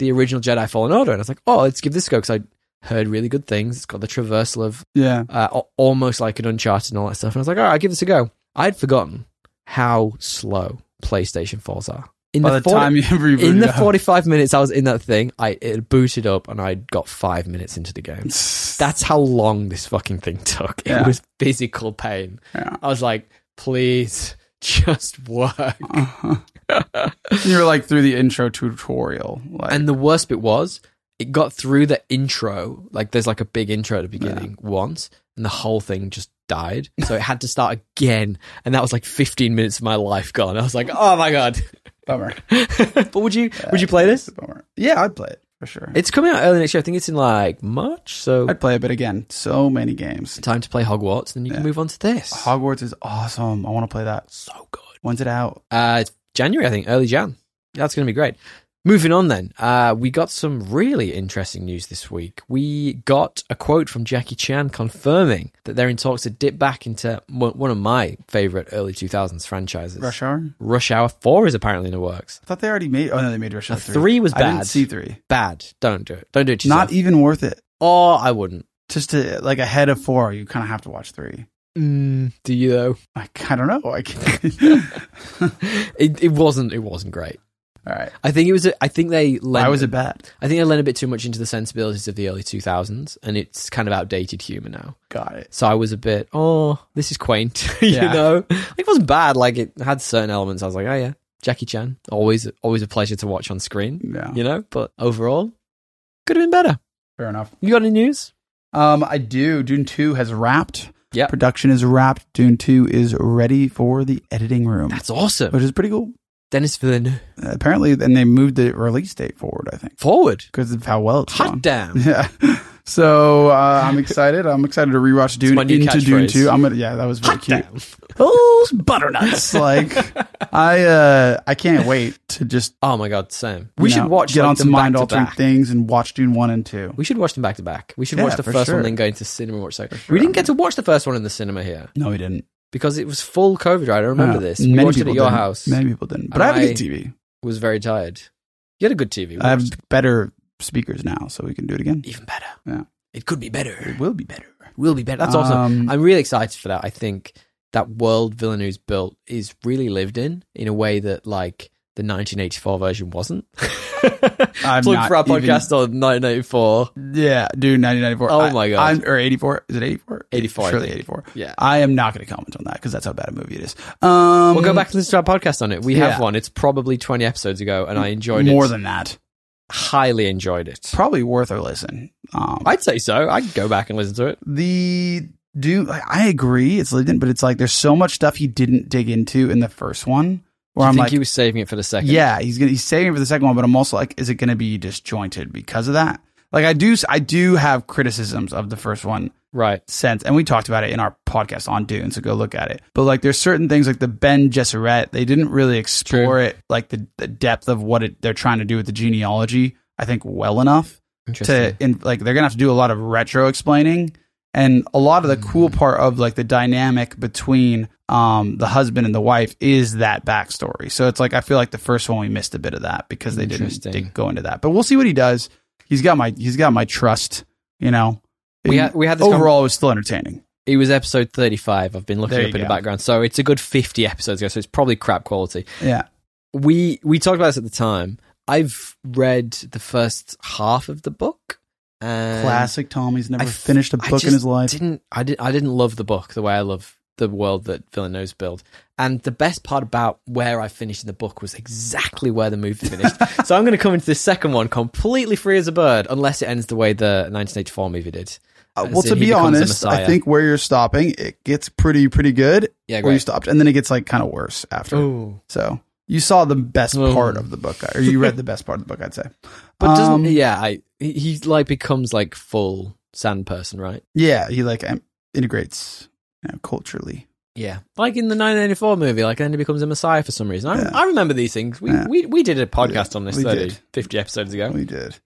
Speaker 1: the original Jedi Fallen Order. And I was like, oh, let's give this a go because I heard really good things. It's got the traversal of
Speaker 2: Yeah.
Speaker 1: uh, al- almost like an Uncharted and all that stuff. And I was like, all right, I'll give this a go. I'd forgotten how slow PlayStation 4s are. In
Speaker 2: By the
Speaker 1: 40
Speaker 2: time you rebooted
Speaker 1: in the
Speaker 2: up.
Speaker 1: 45 minutes I was in that thing, I it booted up and I got five minutes into the game. That's how long this fucking thing took. It
Speaker 2: Yeah.
Speaker 1: was physical pain.
Speaker 2: Yeah.
Speaker 1: I was like, please, just work.
Speaker 2: you were like through the intro tutorial. Like,
Speaker 1: And the worst bit was, it got through the intro. Like, there's like a big intro at the beginning once, and the whole thing just died. So it had to start again. And that was like 15 minutes of my life gone. I was like, oh my God.
Speaker 2: bummer.
Speaker 1: but would you would you play this?
Speaker 2: It's a bummer. Yeah, I'd play it for sure.
Speaker 1: It's coming out early next year. I think it's in like March. So
Speaker 2: I'd play it, but again, so many games.
Speaker 1: time to play Hogwarts, then you can move on to this.
Speaker 2: Hogwarts is awesome. I want to play that.
Speaker 1: so good.
Speaker 2: When's it out?
Speaker 1: Uh, it's January, I think, early Jan. That's going to be great. Moving on then, uh, we got some really interesting news this week. We got a quote from Jackie Chan confirming that they're in talks to dip back into mo- one of my favorite early 2000s franchises.
Speaker 2: Rush Hour?
Speaker 1: Rush Hour 4 is apparently in the works.
Speaker 2: I thought they already made. Oh no, they made Rush Hour
Speaker 1: Uh,
Speaker 2: three.
Speaker 1: three was
Speaker 2: I
Speaker 1: bad.
Speaker 2: didn't see three.
Speaker 1: Bad. Don't do it. Don't do it to
Speaker 2: Not e-
Speaker 1: yourself.
Speaker 2: even worth it.
Speaker 1: or I wouldn't.
Speaker 2: Just to like ahead of four, you kind of have to watch three.
Speaker 1: Mm, do you though?
Speaker 2: I, I don't know. I can't. All
Speaker 1: It, it wasn't. It wasn't great.
Speaker 2: right.
Speaker 1: I think it was. A, I think they. Lent,
Speaker 2: Why was it bad?
Speaker 1: I think I lent a bit too much into the sensibilities of the early 2000s, and it's kind of outdated humor now.
Speaker 2: Got it.
Speaker 1: So I was a bit, oh, this is quaint, you
Speaker 2: Yeah.
Speaker 1: know. It wasn't bad. Like it had certain elements. I was like, oh yeah, Jackie Chan, always, always a pleasure to watch on screen,
Speaker 2: Yeah.
Speaker 1: you know. But overall, could have been better.
Speaker 2: Fair enough.
Speaker 1: You got any news?
Speaker 2: Um, I do. Dune two has wrapped.
Speaker 1: Yep.
Speaker 2: Production is wrapped. Dune two is ready for the editing room,
Speaker 1: That's awesome.
Speaker 2: which is pretty cool.
Speaker 1: Dennis Villeneuve
Speaker 2: Apparently, and they moved the release date forward. I think
Speaker 1: forward.
Speaker 2: because of how well it's
Speaker 1: Hot
Speaker 2: done.
Speaker 1: damn.
Speaker 2: Yeah. So uh, I'm excited. I'm excited to rewatch Dune
Speaker 1: my new
Speaker 2: into Dune
Speaker 1: catchphrase.
Speaker 2: two. I'm gonna. Yeah, that was very
Speaker 1: Hot
Speaker 2: cute.
Speaker 1: damn.
Speaker 2: Oh, butternuts! like I, uh, I can't wait to just
Speaker 1: Oh my god, Sam.
Speaker 2: you
Speaker 1: We should
Speaker 2: know,
Speaker 1: watch
Speaker 2: get
Speaker 1: like,
Speaker 2: on
Speaker 1: them
Speaker 2: some
Speaker 1: back to
Speaker 2: mind altering
Speaker 1: back.
Speaker 2: things and watch Dune one and two.
Speaker 1: We should watch them back to back. We should
Speaker 2: Yeah,
Speaker 1: watch the
Speaker 2: for
Speaker 1: first
Speaker 2: sure.
Speaker 1: one, then go into cinema and watch the second. We didn't get to watch the first one in the cinema here
Speaker 2: No, we didn't.
Speaker 1: because it was full COVID. Right, I remember
Speaker 2: No,
Speaker 1: this. We
Speaker 2: Ah, many
Speaker 1: watched it at
Speaker 2: people
Speaker 1: your
Speaker 2: didn't.
Speaker 1: house.
Speaker 2: Many people didn't, but
Speaker 1: And
Speaker 2: I have a
Speaker 1: I-
Speaker 2: good TV.
Speaker 1: Was very tired. You had a good TV.
Speaker 2: I have
Speaker 1: watched.
Speaker 2: better speakers now, so we can do it again.
Speaker 1: even better.
Speaker 2: Yeah.
Speaker 1: It could be better.
Speaker 2: It will be better.
Speaker 1: Will be better. That's awesome.
Speaker 2: Um,
Speaker 1: I'm really excited for that. I think that world Villeneuve's built is really lived in in a way that like the 1984 version wasn't.
Speaker 2: I'm
Speaker 1: Plug
Speaker 2: not
Speaker 1: for our
Speaker 2: even-
Speaker 1: podcast on 1984.
Speaker 2: yeah, dude, 1994.
Speaker 1: Oh
Speaker 2: I-
Speaker 1: my God.
Speaker 2: I'm, or 84. Is it 84?
Speaker 1: 84, I
Speaker 2: Surely
Speaker 1: think.
Speaker 2: 84.
Speaker 1: Yeah.
Speaker 2: I am not going to comment on that because that's how bad a movie it is. Um,
Speaker 1: We'll go back and listen to our podcast on it. We have
Speaker 2: Yeah.
Speaker 1: one. It's probably 20 episodes ago, and I enjoyed
Speaker 2: more
Speaker 1: it.
Speaker 2: than that.
Speaker 1: Highly enjoyed it.
Speaker 2: Probably worth a listen. Um,
Speaker 1: I'd say so. I'd go back and listen to it.
Speaker 2: the do I agree it's lived in, but it's like there's so much stuff he didn't dig into in the first one. Where
Speaker 1: I
Speaker 2: I'm
Speaker 1: think
Speaker 2: like,
Speaker 1: he was saving it for the second.
Speaker 2: yeah, he's gonna he's saving it for the second one, but I'm also like, is it gonna be disjointed because of that? Like I do, I do have criticisms of the first one
Speaker 1: Right.
Speaker 2: sense, and we talked about it in our podcast on Dune, so go look at it. But like, there's certain things like the Ben Gesserit, they didn't really explore it, like the, the depth of what it, they're trying to do with the genealogy. I think well enough
Speaker 1: Interesting.
Speaker 2: to in like they're gonna have to do a lot of retro explaining and a lot of the cool
Speaker 1: Mm.
Speaker 2: part of like the dynamic between um the husband and the wife is that backstory so it's like i feel like the first one we missed a bit of that because they didn't
Speaker 1: Interesting.
Speaker 2: dig- go into that but we'll see what he does he's got my he's got my trust you know
Speaker 1: we
Speaker 2: And
Speaker 1: had we had this
Speaker 2: overall it was still entertaining
Speaker 1: It was episode 35. I've been looking
Speaker 2: There
Speaker 1: up
Speaker 2: you
Speaker 1: in the
Speaker 2: go.
Speaker 1: background. So it's a good 50 episodes ago. So it's probably crap quality.
Speaker 2: yeah
Speaker 1: We we talked about this at the time. I've read the first half of the book. And
Speaker 2: Uh, classic tom he's never
Speaker 1: I f-
Speaker 2: finished a
Speaker 1: I
Speaker 2: book in
Speaker 1: just
Speaker 2: his life
Speaker 1: Didn't I? Did, I didn't love the book the way I love the world that Villeneuve's built. And the best part about where I finished in the book was exactly where the movie finished. so I'm going to come into this second one completely free as a bird, unless it ends the way the 1984 movie did.
Speaker 2: Uh,
Speaker 1: as
Speaker 2: well, to
Speaker 1: in he
Speaker 2: be
Speaker 1: becomes a
Speaker 2: honest, I
Speaker 1: messiah.
Speaker 2: think where you're stopping, it gets pretty pretty good.
Speaker 1: Yeah,
Speaker 2: where you
Speaker 1: great.
Speaker 2: stopped, and then it gets like kind of worse after.
Speaker 1: Ooh.
Speaker 2: So you saw the best
Speaker 1: Oh.
Speaker 2: part of the book, or you read the best part of the book, I'd say.
Speaker 1: But doesn't
Speaker 2: Um,
Speaker 1: yeah? I, he, he like becomes like full sand person, right?
Speaker 2: Yeah, he like um, integrates you know, culturally.
Speaker 1: Yeah, like in the 1984 movie, like then he becomes a messiah for some reason. I,
Speaker 2: Yeah.
Speaker 1: I remember these things. We,
Speaker 2: Yeah.
Speaker 1: we we did a podcast on this
Speaker 2: We
Speaker 1: 30,
Speaker 2: did.
Speaker 1: 50 episodes ago.
Speaker 2: We did.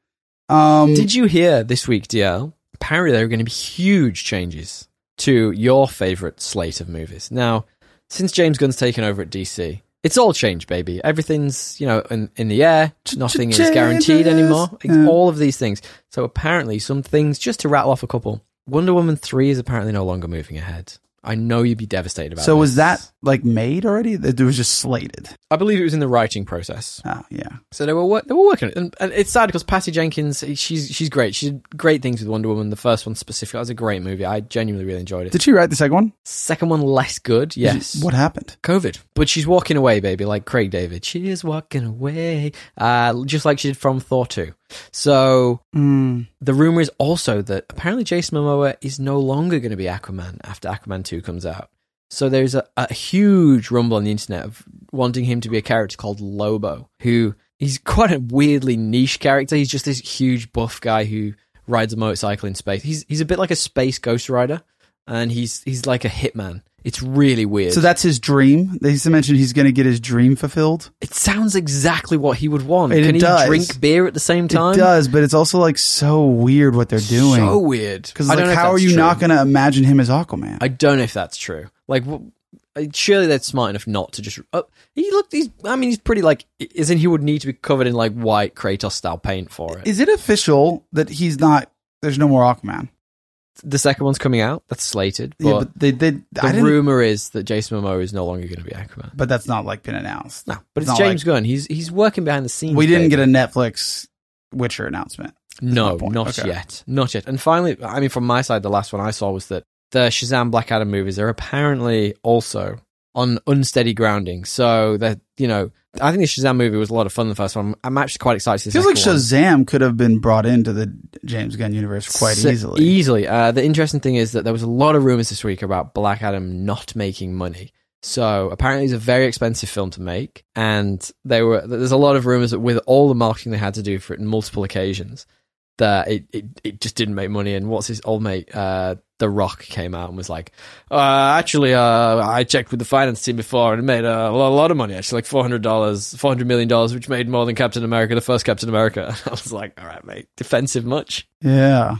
Speaker 2: Um,
Speaker 1: Did you hear this week, DL? Apparently, there are going to be huge changes to your favorite slate of movies. Now, since James Gunn's taken over at DC, it's all changed, baby. Everything's you know in, in the air. Nothing is guaranteed
Speaker 2: Changes.
Speaker 1: anymore. It's
Speaker 2: Yeah.
Speaker 1: All of these things. So apparently, some things. Just to rattle off a couple, Wonder Woman three is apparently no longer moving ahead. I know you'd be devastated about.
Speaker 2: so
Speaker 1: this.
Speaker 2: was that like made already? It was just slated.
Speaker 1: I believe it was in the writing process.
Speaker 2: Oh yeah.
Speaker 1: So they were wor- they were working on it, and, and it's sad because Patty Jenkins, she's she's great. She did great things with Wonder Woman. The first one specifically, that was a great movie. I genuinely really enjoyed it.
Speaker 2: Did she write the second one?
Speaker 1: Second one less good, yes.
Speaker 2: What happened?
Speaker 1: COVID, but she's walking away, baby, like Craig David. She is walking away, uh, just like she did from Thor two. So
Speaker 2: Mm.
Speaker 1: the rumor is also that apparently Jason Momoa is no longer going to be Aquaman after Aquaman 2 comes out. So there's a, a huge rumble on the internet of wanting him to be a character called Lobo, who he's quite a weirdly niche character. He's just this huge buff guy who rides a motorcycle in space. He's he's a bit like a space ghost rider and he's he's like a hitman. It's really weird.
Speaker 2: So that's his dream. They used to mention he's going to get his dream fulfilled.
Speaker 1: it sounds exactly what he would want.
Speaker 2: It
Speaker 1: Can he
Speaker 2: does.
Speaker 1: drink beer at the same time?
Speaker 2: It does, but it's also like so weird what they're doing.
Speaker 1: So weird. I
Speaker 2: Because like,
Speaker 1: don't know if
Speaker 2: how are
Speaker 1: that's
Speaker 2: you
Speaker 1: true.
Speaker 2: not going to imagine him as Aquaman?
Speaker 1: I don't know if that's true. Like, w- uh, surely they're smart enough not to just. Uh, he looked. He's. I mean, he's pretty. Like, i- isn't he would need to be covered in like white Kratos style paint for it?
Speaker 2: Is it official that he's not? There's no more Aquaman.
Speaker 1: the second one's coming out. That's slated. But,
Speaker 2: yeah, but they did. I
Speaker 1: the
Speaker 2: didn't.
Speaker 1: rumor is that Jason Momoa is no longer going to be Aquaman.
Speaker 2: but that's not like been announced.
Speaker 1: No, but it's,
Speaker 2: not
Speaker 1: James Gunn. He's he's working behind the scenes.
Speaker 2: we didn't
Speaker 1: baby.
Speaker 2: get a Netflix Witcher announcement.
Speaker 1: No,
Speaker 2: my point.
Speaker 1: not
Speaker 2: Okay.
Speaker 1: yet. Not yet. And finally, I mean, from my side, the last one I saw was that the Shazam Black Adam movies are apparently also on unsteady grounding. So that you know, I think the Shazam movie was a lot of fun. The first one, I'm actually quite excited. To see the
Speaker 2: Feels like
Speaker 1: second one.
Speaker 2: Shazam could have been brought into the James Gunn universe quite
Speaker 1: So-
Speaker 2: easily.
Speaker 1: Easily. Uh, the interesting thing is that there was a lot of rumors this week about Black Adam not making money. So apparently, it's a very expensive film to make, and they were there's a lot of rumors that with all the marketing they had to do for it in multiple occasions, that it it, it just didn't make money. And what's his old mate, uh, The Rock, came out and was like, uh, "Actually, uh, I checked with the finance team before, and it made uh, a lo- lot of money. Actually, like four hundred dollars, four hundred million dollars, which made more than Captain America, the first Captain America." I was like, "All right, mate, defensive much?"
Speaker 2: yeah,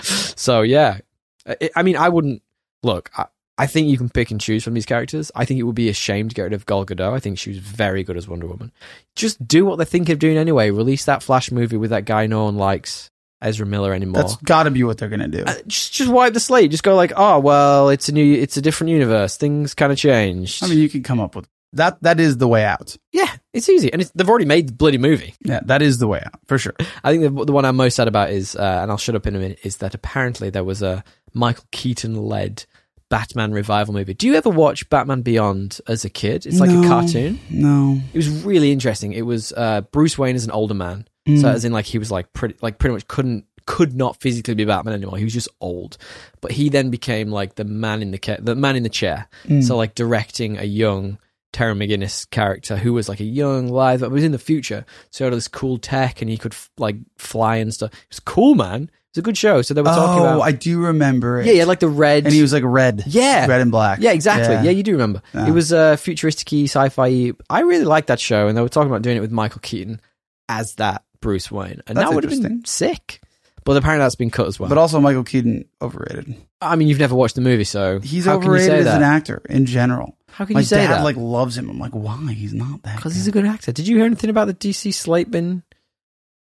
Speaker 1: so yeah, I- I mean, I wouldn't look. I, I think you can pick and choose from these characters. I think it would be a shame to get rid of Gal Gadot. I think she was very good as Wonder Woman. Just do what they think of doing anyway. Release that Flash movie with that guy no one likes, Ezra Miller anymore.
Speaker 2: that's got to be what they're going to do.
Speaker 1: Uh, just just wipe the slate. Just go like, oh well, it's a new, it's a different universe. Things kind of changed.
Speaker 2: I mean, you could come up with that. That is the way out.
Speaker 1: yeah, it's easy, and it's, they've already made the bloody movie.
Speaker 2: Yeah, that is the way out for sure.
Speaker 1: I think the, the one I'm most sad about is, uh, and I'll shut up in a minute, is that apparently there was a Michael Keaton led Batman revival movie. Do you ever watch Batman Beyond as a kid? It's like a
Speaker 2: No.
Speaker 1: cartoon.
Speaker 2: No,
Speaker 1: It was really interesting. It was uh, Bruce Wayne as an older man, so
Speaker 2: Mm.
Speaker 1: as in like he was like pretty like pretty much couldn't could not physically be Batman anymore. He was just old,
Speaker 2: Mm.
Speaker 1: but he then became like the man in the ca- the man in the chair. So like directing a young Terry McGinnis character who was like a young live, but was in the future. So he had all this cool tech and he could f- like fly and stuff. It was cool, man. It was a good show. So they were talking
Speaker 2: oh,
Speaker 1: about.
Speaker 2: I do remember it.
Speaker 1: yeah, yeah, like the red.
Speaker 2: and he was like red.
Speaker 1: Yeah.
Speaker 2: red and black.
Speaker 1: Yeah, exactly. Yeah, you do remember.
Speaker 2: Yeah.
Speaker 1: It was uh, futuristic sci-fi. I really liked that show, and they were talking about doing it with Michael Keaton as that Bruce Wayne, and
Speaker 2: That's
Speaker 1: that would have been
Speaker 2: interesting.
Speaker 1: sick. But apparently, that's been cut as well.
Speaker 2: But
Speaker 1: But
Speaker 2: also Michael Keaton overrated.
Speaker 1: I mean, you've never watched the movie, so
Speaker 2: He's
Speaker 1: how
Speaker 2: overrated
Speaker 1: can you say
Speaker 2: as
Speaker 1: that?
Speaker 2: an actor in general.
Speaker 1: how can
Speaker 2: My
Speaker 1: you say
Speaker 2: dad
Speaker 1: that?
Speaker 2: like loves him. I'm like, why? He's not that.
Speaker 1: because
Speaker 2: good.
Speaker 1: he's a good actor. Did you hear anything about the DC slate been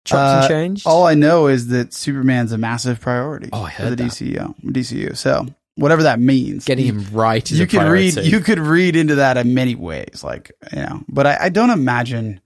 Speaker 1: chopped
Speaker 2: Uh,
Speaker 1: and changed?
Speaker 2: All I know is that Superman's a massive priority.
Speaker 1: Oh, I
Speaker 2: for
Speaker 1: heard
Speaker 2: the
Speaker 1: that.
Speaker 2: DCU. DCU. So whatever that means,
Speaker 1: Getting him right is
Speaker 2: you
Speaker 1: a
Speaker 2: can read.
Speaker 1: priority.
Speaker 2: You could read into that in many ways. Like you know, but I, I don't imagine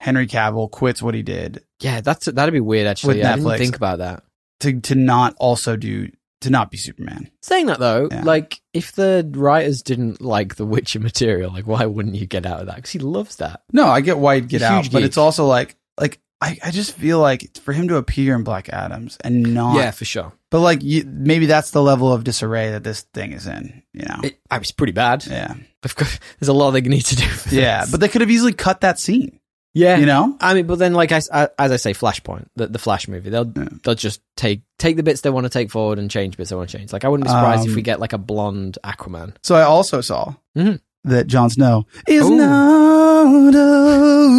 Speaker 2: Henry Cavill quits what he did
Speaker 1: yeah, that's that'd be weird. Actually,
Speaker 2: With
Speaker 1: I didn't
Speaker 2: Netflix.
Speaker 1: think about that.
Speaker 2: to to not also do to not be Superman.
Speaker 1: Saying that though,
Speaker 2: Yeah.
Speaker 1: like if the writers didn't like the Witcher material, like why wouldn't you get out of that? Because he loves that.
Speaker 2: No, I get why he'd get
Speaker 1: Huge
Speaker 2: out, but
Speaker 1: geek.
Speaker 2: it's also like like I, I just feel like for him to appear in Black Adams and not,
Speaker 1: Yeah, for sure.
Speaker 2: but like you, maybe that's the level of disarray that this thing is in. You know,
Speaker 1: It, I was pretty bad.
Speaker 2: Oh. yeah,
Speaker 1: Of course, there's a lot they need to do. For
Speaker 2: yeah,
Speaker 1: this.
Speaker 2: but they could have easily cut that scene.
Speaker 1: yeah,
Speaker 2: You know,
Speaker 1: I mean, but then, like I s- I- as I say, Flashpoint, the, the Flash movie, they'll
Speaker 2: Yeah.
Speaker 1: they'll just take take the bits they want to take forward and change bits they want to change. Like I wouldn't be surprised if
Speaker 2: Um,
Speaker 1: we get like a blonde Aquaman.
Speaker 2: So I also saw
Speaker 1: Mhm.
Speaker 2: that Jon Snow is
Speaker 1: Ooh.
Speaker 2: not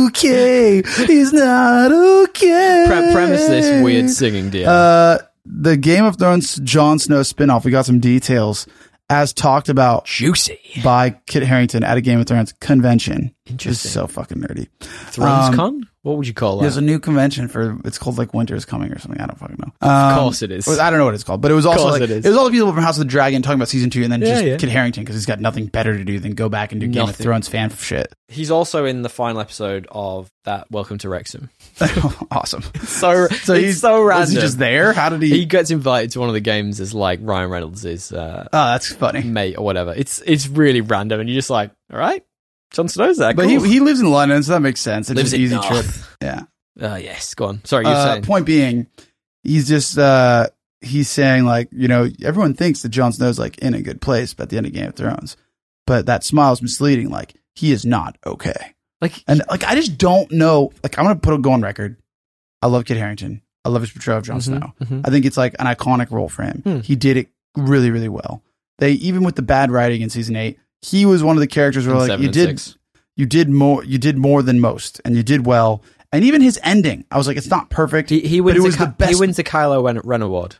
Speaker 2: okay. He's not okay.
Speaker 1: Pre- premise this weird singing deal.
Speaker 2: Uh, the Game of Thrones Jon Snow spinoff. We got some details as talked about
Speaker 1: Juicy,
Speaker 2: by Kit Harrington at a Game of Thrones convention. This
Speaker 1: interesting.
Speaker 2: is so fucking nerdy.
Speaker 1: Thrones
Speaker 2: um,
Speaker 1: Con? What would you call that?
Speaker 2: There's a new convention for it's called like Winter is Coming or something. I don't fucking know.
Speaker 1: of
Speaker 2: Um,
Speaker 1: course, it is.
Speaker 2: Well, I don't know what it's called, but it was also
Speaker 1: course
Speaker 2: like,
Speaker 1: it
Speaker 2: it,
Speaker 1: is.
Speaker 2: was all the people from House of the Dragon talking about season two, and then
Speaker 1: Yeah,
Speaker 2: just
Speaker 1: yeah.
Speaker 2: Kid Harrington because he's got nothing better to do than go back and do Game of
Speaker 1: Nothing.
Speaker 2: Thrones fan shit.
Speaker 1: He's also in the final episode of that Welcome to Wrexham.
Speaker 2: awesome.
Speaker 1: So, so it's
Speaker 2: he's
Speaker 1: so
Speaker 2: was
Speaker 1: random.
Speaker 2: he just there? How did he?
Speaker 1: he gets invited to one of the games as like Ryan Reynolds is uh,
Speaker 2: oh, that's funny.
Speaker 1: mate or whatever. It's it's really random, and you're just like, all right, Jon Snow's there.
Speaker 2: But
Speaker 1: cool.
Speaker 2: he he lives in London, so that makes sense. It's
Speaker 1: lives
Speaker 2: just an
Speaker 1: in
Speaker 2: easy trip.
Speaker 1: North.
Speaker 2: Yeah.
Speaker 1: Uh, yes, go on. Sorry, you're
Speaker 2: Uh,
Speaker 1: saying.
Speaker 2: point being, he's just uh, he's saying like you know everyone thinks that Jon Snow's like in a good place, but at the end of Game of Thrones, but that smile's misleading. Like he is not okay.
Speaker 1: Like,
Speaker 2: And like, I just don't know. Like, I'm gonna put a go on record. I love Kid Harrington. I love his portrayal of Jon Snow. I think it's like an iconic role for him.
Speaker 1: Mm-hmm. Hmm.
Speaker 2: He did it really, really well. They even with the bad writing in season eight, he was one of the characters where like
Speaker 1: seven
Speaker 2: you
Speaker 1: and
Speaker 2: did
Speaker 1: six.
Speaker 2: you did more you did more than most, and you did well. And even his ending, I was like, it's not perfect.
Speaker 1: He, he
Speaker 2: but
Speaker 1: wins
Speaker 2: it was
Speaker 1: the,
Speaker 2: the
Speaker 1: Ky- He
Speaker 2: best-
Speaker 1: wins the Kylo Ren, Ren award.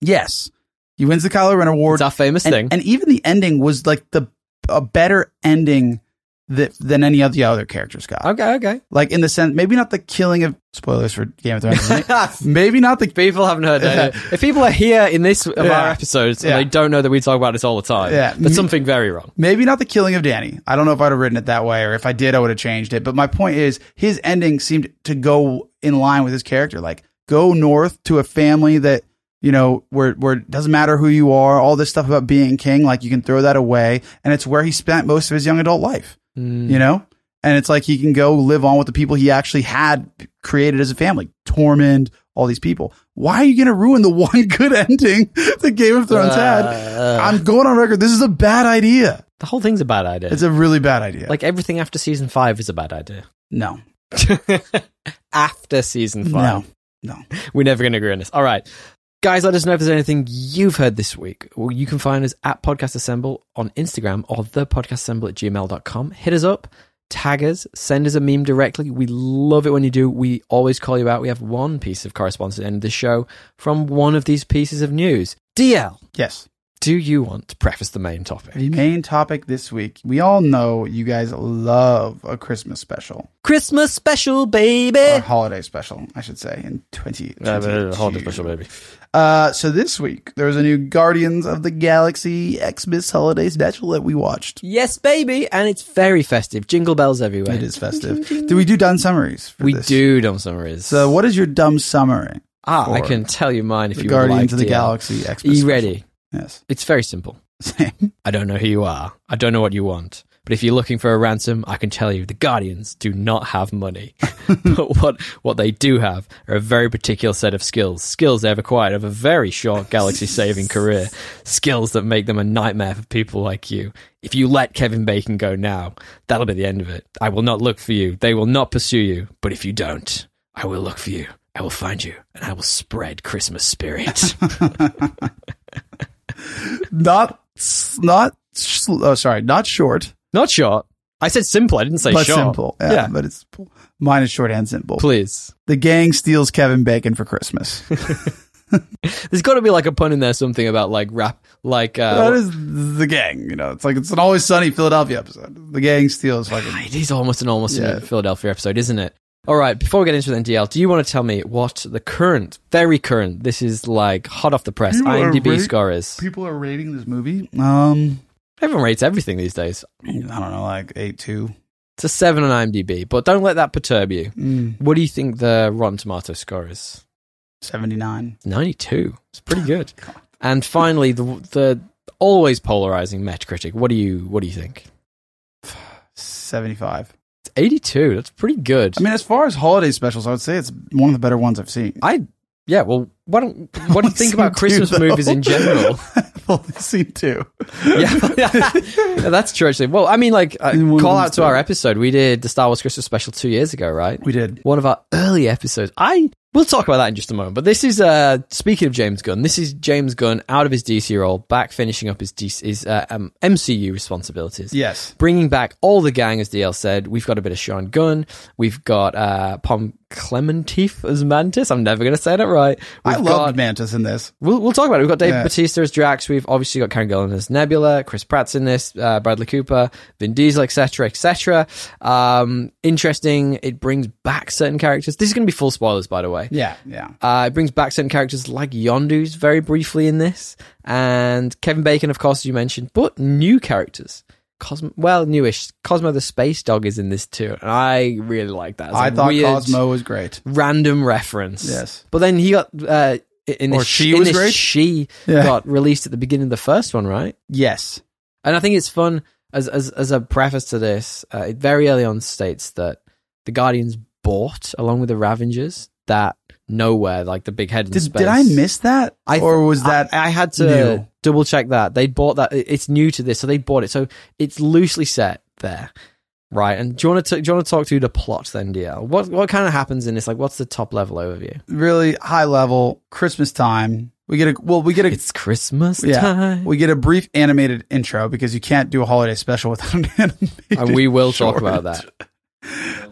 Speaker 2: yes, he wins the Kylo Ren award.
Speaker 1: It's our famous
Speaker 2: and,
Speaker 1: thing.
Speaker 2: and even the ending was like the a better ending that, than any of the other characters got.
Speaker 1: okay, okay.
Speaker 2: Like in the sense, maybe not the killing of spoilers for Game of Thrones. Maybe not the
Speaker 1: people haven't heard that. If people are here in this of our
Speaker 2: Yeah.
Speaker 1: episodes and
Speaker 2: Yeah.
Speaker 1: they don't know that we talk about this all the time,
Speaker 2: Yeah.
Speaker 1: there's
Speaker 2: Me-
Speaker 1: something very wrong.
Speaker 2: maybe not the killing of Danny. I don't know if I'd have written it that way, or if I did, I would have changed it. But my point is, his ending seemed to go in line with his character. Like go north to a family that you know where where it doesn't matter who you are. All this stuff about being king, like you can throw that away, and it's where he spent most of his young adult life.
Speaker 1: Mm.
Speaker 2: You know. And it's like he can go live on with the people he actually had created as a family, Tormund, all these people. Why are you going to ruin the one good ending that Game of Thrones had?
Speaker 1: Uh,
Speaker 2: I'm going on record. This is a bad idea.
Speaker 1: the whole thing's a bad idea.
Speaker 2: It's a really bad idea.
Speaker 1: like everything after season five is a bad idea.
Speaker 2: no,
Speaker 1: after season
Speaker 2: no.
Speaker 1: five. We're never going to agree on this. All right. Guys, let us know if there's anything you've heard this week. Well, you can find us at Podcast Assemble on Instagram or thepodcastassemble at gmail.com. Hit us up, tag us, send us a meme directly. We love it when you do. We always call you out. We have one piece of correspondence at the end of the show from one of these pieces of news. DL,
Speaker 2: Yes.
Speaker 1: do you want to preface the main topic?
Speaker 2: The main topic this week. We all know you guys love a Christmas special
Speaker 1: Christmas special,
Speaker 2: or
Speaker 1: baby.
Speaker 2: holiday special, I should say, in 2022.
Speaker 1: baby.
Speaker 2: Uh, so this week there was a new Guardians of the Galaxy Xmas holiday special that we watched.
Speaker 1: Yes, baby. And it's very festive. Jingle bells everywhere.
Speaker 2: It is festive. Do we do dumb summaries? For
Speaker 1: We
Speaker 2: this?
Speaker 1: do, dumb summaries.
Speaker 2: So what is your dumb summary?
Speaker 1: Ah, I
Speaker 2: for
Speaker 1: can tell you mine if
Speaker 2: The
Speaker 1: you would like
Speaker 2: Guardians of the
Speaker 1: DL.
Speaker 2: Galaxy Xmas.
Speaker 1: Are you
Speaker 2: special.
Speaker 1: ready?
Speaker 2: Yes.
Speaker 1: It's very simple.
Speaker 2: Same.
Speaker 1: I don't know who you are. I don't know what you want. But if you're looking for a ransom, I can tell you the Guardians do not have money. but what, what they do have are a very particular set of skills, skills they've acquired of a very short galaxy saving career, skills that make them a nightmare for people like you. If you let Kevin Bacon go now, that'll be the end of it. I will not look for you. They will not pursue you. But if you don't, I will look for you. I will find you and I will spread Christmas spirit.
Speaker 2: Not s- not s- oh, sorry, not short,
Speaker 1: Not short. I said simple. I didn't say
Speaker 2: but
Speaker 1: short.
Speaker 2: simple. Yeah,
Speaker 1: Yeah.
Speaker 2: but it's mine is short and simple.
Speaker 1: Please.
Speaker 2: The gang steals Kevin Bacon for Christmas.
Speaker 1: There's got to be like a pun in there, something about like rap, like.
Speaker 2: that
Speaker 1: Uh,
Speaker 2: is the gang. You know, it's like it's an Always Sunny Philadelphia episode. The gang steals fucking.
Speaker 1: it is almost an almost
Speaker 2: Yeah.
Speaker 1: a Philadelphia episode, isn't it? All right. Before we get into the NDL, do you want to tell me what the current, very current, this is like hot off the press,
Speaker 2: You are
Speaker 1: IMDb
Speaker 2: right.
Speaker 1: score is?
Speaker 2: People are rating this movie. Um,
Speaker 1: Everyone rates everything these days.
Speaker 2: I don't know, like eight two.
Speaker 1: It's a seven on IMDb, but don't let that perturb you.
Speaker 2: mm,
Speaker 1: What do you think the Rotten Tomato score is?
Speaker 2: 79.
Speaker 1: 92. It's pretty good. and finally, the the always polarizing Metacritic. What do you what do you think?
Speaker 2: 75.
Speaker 1: 82. That's pretty good.
Speaker 2: I mean, as far as holiday specials, I would say it's one of the better ones I've seen.
Speaker 1: I yeah. Well, why don't what do you
Speaker 2: I've
Speaker 1: think
Speaker 2: seen
Speaker 1: about
Speaker 2: two,
Speaker 1: Christmas
Speaker 2: though.
Speaker 1: movies in general?
Speaker 2: I've only seen two.
Speaker 1: yeah, Yeah, that's true. Actually, well, I mean, like uh,
Speaker 2: In one
Speaker 1: call out
Speaker 2: one's
Speaker 1: to our
Speaker 2: good.
Speaker 1: episode. We did the Star Wars Christmas special two years ago, right?
Speaker 2: We did.
Speaker 1: One of our early episodes. I we'll talk about that in just a moment. But this is uh speaking of James Gunn, this is James Gunn out of his DC role, back finishing up his DC, his uh, um, MCU responsibilities.
Speaker 2: Yes.
Speaker 1: bringing back all the gang, as DL said. We've got a bit of Sean Gunn. We've got uh, Pom Clementif as Mantis. I'm never going to say that right. We've
Speaker 2: I
Speaker 1: got,
Speaker 2: loved Mantis in this.
Speaker 1: We'll, we'll talk about it. We've got Dave
Speaker 2: Yeah.
Speaker 1: Batista as Drax. We've obviously got Karen Gillan as Nebula. Chris Pratt's in this. Uh, Bradley Cooper, Vin Diesel, etc., etc. Um, interesting. It brings back certain characters. This is going to be full spoilers, by the way.
Speaker 2: Yeah. Yeah.
Speaker 1: Uh, it brings back certain characters like Yondu's very briefly in this, and Kevin Bacon, of course, as you mentioned, but new characters. Cosmo, well, newish. Cosmo the space dog is in this too, and I really like that. It's
Speaker 2: I
Speaker 1: a
Speaker 2: thought
Speaker 1: weird,
Speaker 2: Cosmo was great.
Speaker 1: random reference.
Speaker 2: Yes.
Speaker 1: but then he got uh, in this.
Speaker 2: Or she
Speaker 1: in
Speaker 2: was
Speaker 1: this
Speaker 2: great?
Speaker 1: She
Speaker 2: Yeah.
Speaker 1: got released at the beginning of the first one, right?
Speaker 2: Yes.
Speaker 1: And I think it's fun as as as a preface to this. Uh, it very early on states that the Guardians bought along with the Ravengers that nowhere like the big head in
Speaker 2: Did,
Speaker 1: space.
Speaker 2: did I miss that?
Speaker 1: I th-
Speaker 2: or was that.
Speaker 1: I, I had to
Speaker 2: new?
Speaker 1: double check that they bought that. it- It's new to this, so they bought it. So it's loosely set there, right? And do you want to do you want to talk to the plot then, DL? What what kind of happens in this? Like, what's the top level overview?
Speaker 2: really high level Christmas time. We get a well, we get a
Speaker 1: It's Christmas
Speaker 2: Yeah.
Speaker 1: time.
Speaker 2: we get a brief animated intro because you can't do a holiday special without an animated.
Speaker 1: and we will talk
Speaker 2: short.
Speaker 1: about that.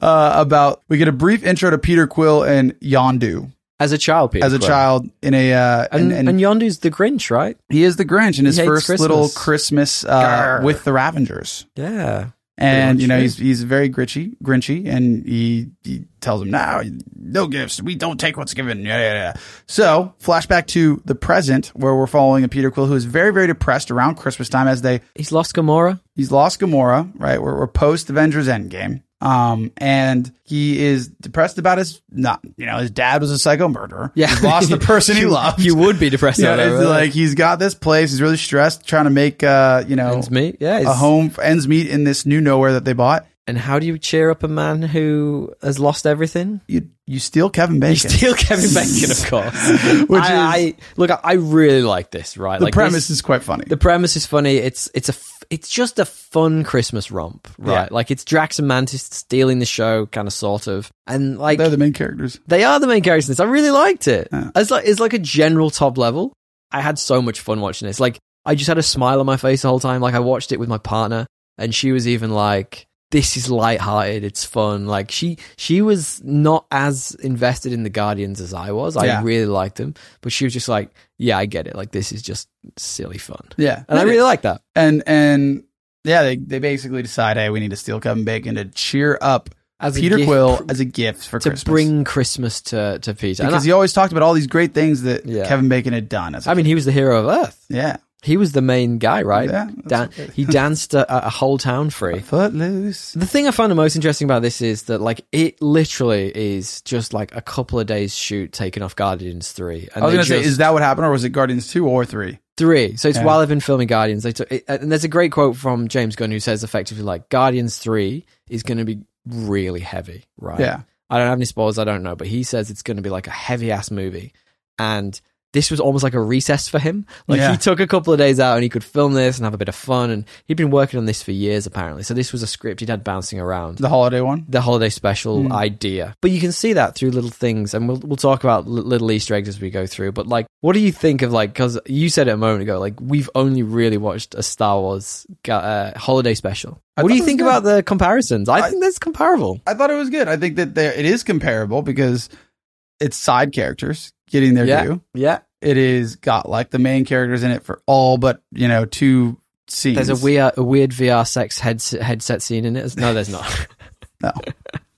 Speaker 2: Uh, about we get a brief intro to Peter Quill and Yondu
Speaker 1: As a child, Peter
Speaker 2: as a
Speaker 1: Quill.
Speaker 2: child in a uh,
Speaker 1: and,
Speaker 2: and,
Speaker 1: and, Yondu's the Grinch, right?
Speaker 2: he is the Grinch in his
Speaker 1: hates
Speaker 2: first
Speaker 1: Christmas.
Speaker 2: little Christmas uh,
Speaker 1: Grr.
Speaker 2: with the Ravengers.
Speaker 1: Yeah,
Speaker 2: And
Speaker 1: much,
Speaker 2: you know
Speaker 1: yeah.
Speaker 2: he's he's very grinchy, grinchy, and he, he tells him now no gifts, we don't take what's given. Yeah, yeah, yeah. So flashback to the present where we're following a Peter Quill who is very very depressed around Christmas time as they
Speaker 1: he's lost Gamora.
Speaker 2: He's lost Gamora, right? We're, we're post Avengers Endgame. Um, and he is depressed about his not, you know, his dad was a psycho murderer.
Speaker 1: Yeah,
Speaker 2: He's lost the person he
Speaker 1: You-
Speaker 2: loved.
Speaker 1: You would be depressed.
Speaker 2: yeah,
Speaker 1: Yeah,
Speaker 2: it's like he's got this place. He's really stressed, trying to make, uh, you know,
Speaker 1: ends meet. Yeah,
Speaker 2: a
Speaker 1: it's-
Speaker 2: home ends meet in this new nowhere that they bought.
Speaker 1: And how do you cheer up a man who has lost everything?
Speaker 2: You you steal Kevin Bacon.
Speaker 1: You steal Kevin Bacon, of course.
Speaker 2: Which
Speaker 1: I,
Speaker 2: is-
Speaker 1: I look. I- I really like this. Right,
Speaker 2: the
Speaker 1: like
Speaker 2: premise
Speaker 1: this-
Speaker 2: is quite funny.
Speaker 1: the premise is funny. It's it's a f- it's just a fun Christmas romp, right?
Speaker 2: Yeah.
Speaker 1: Like it's Drax and Mantis stealing the show, kind of sort of, and like
Speaker 2: They're the main characters.
Speaker 1: they are the main characters. in this. I really liked it.
Speaker 2: Yeah.
Speaker 1: It's like it's like a general top level. I had so much fun watching this. Like I just had a smile on my face the whole time. Like I watched it with my partner, and she was even like, "This is lighthearted. It's fun." Like she she was not as invested in the Guardians as I was. I
Speaker 2: Yeah.
Speaker 1: really liked them, but she was just like, "Yeah, I get it. Like this is just silly fun,"
Speaker 2: Yeah,
Speaker 1: and I really like that.
Speaker 2: and and yeah, they they basically decide, hey, we need to steal Kevin Bacon to cheer up
Speaker 1: As a
Speaker 2: Peter
Speaker 1: gift
Speaker 2: Quill
Speaker 1: pr-
Speaker 2: as a gift for
Speaker 1: to
Speaker 2: Christmas.
Speaker 1: bring Christmas to to Peter. And
Speaker 2: because
Speaker 1: I,
Speaker 2: he always talked about all these great things that
Speaker 1: Yeah.
Speaker 2: Kevin Bacon had done. As a
Speaker 1: I mean, he was the hero of Earth.
Speaker 2: kid. yeah,
Speaker 1: He was the main guy, right?
Speaker 2: yeah,
Speaker 1: Dan- he danced a, a whole town free.
Speaker 2: Footloose.
Speaker 1: The thing I find the most interesting about this is that like it literally is just like a couple of days shoot taken off Guardians three. And
Speaker 2: I was
Speaker 1: they
Speaker 2: gonna say,
Speaker 1: just-
Speaker 2: is that what happened, or was it Guardians two or three?
Speaker 1: Three. So it's
Speaker 2: Yeah.
Speaker 1: while I've been filming Guardians. They took, it- and there's a great quote from James Gunn who says effectively like Guardians three is going to be really heavy, right?
Speaker 2: Yeah.
Speaker 1: I don't have any spoilers. I don't know, but he says it's going to be like a heavy ass movie, and this was almost like a recess for him. Like
Speaker 2: Yeah.
Speaker 1: he took a couple of days out and he could film this and have a bit of fun, and he'd been working on this for years apparently. So this was a script he'd had bouncing around
Speaker 2: The holiday one.
Speaker 1: the holiday special
Speaker 2: Hmm.
Speaker 1: idea. But you can see that through little things, and we'll we'll talk about li- little Easter eggs as we go through. But like, what do you think of like? Because you said it a moment ago, like we've only really watched a Star Wars ga- uh, holiday special.
Speaker 2: I
Speaker 1: what do
Speaker 2: thought
Speaker 1: you
Speaker 2: it was
Speaker 1: think
Speaker 2: good.
Speaker 1: about the comparisons? I,
Speaker 2: I-
Speaker 1: think that's comparable.
Speaker 2: I thought it was good. I think that there, it is comparable because it's side characters getting their
Speaker 1: Yeah.
Speaker 2: due.
Speaker 1: Yeah,
Speaker 2: It is got like the main characters in it for all but you know two scenes.
Speaker 1: there's a weird a weird VR sex heads headset scene in it. No, there's not.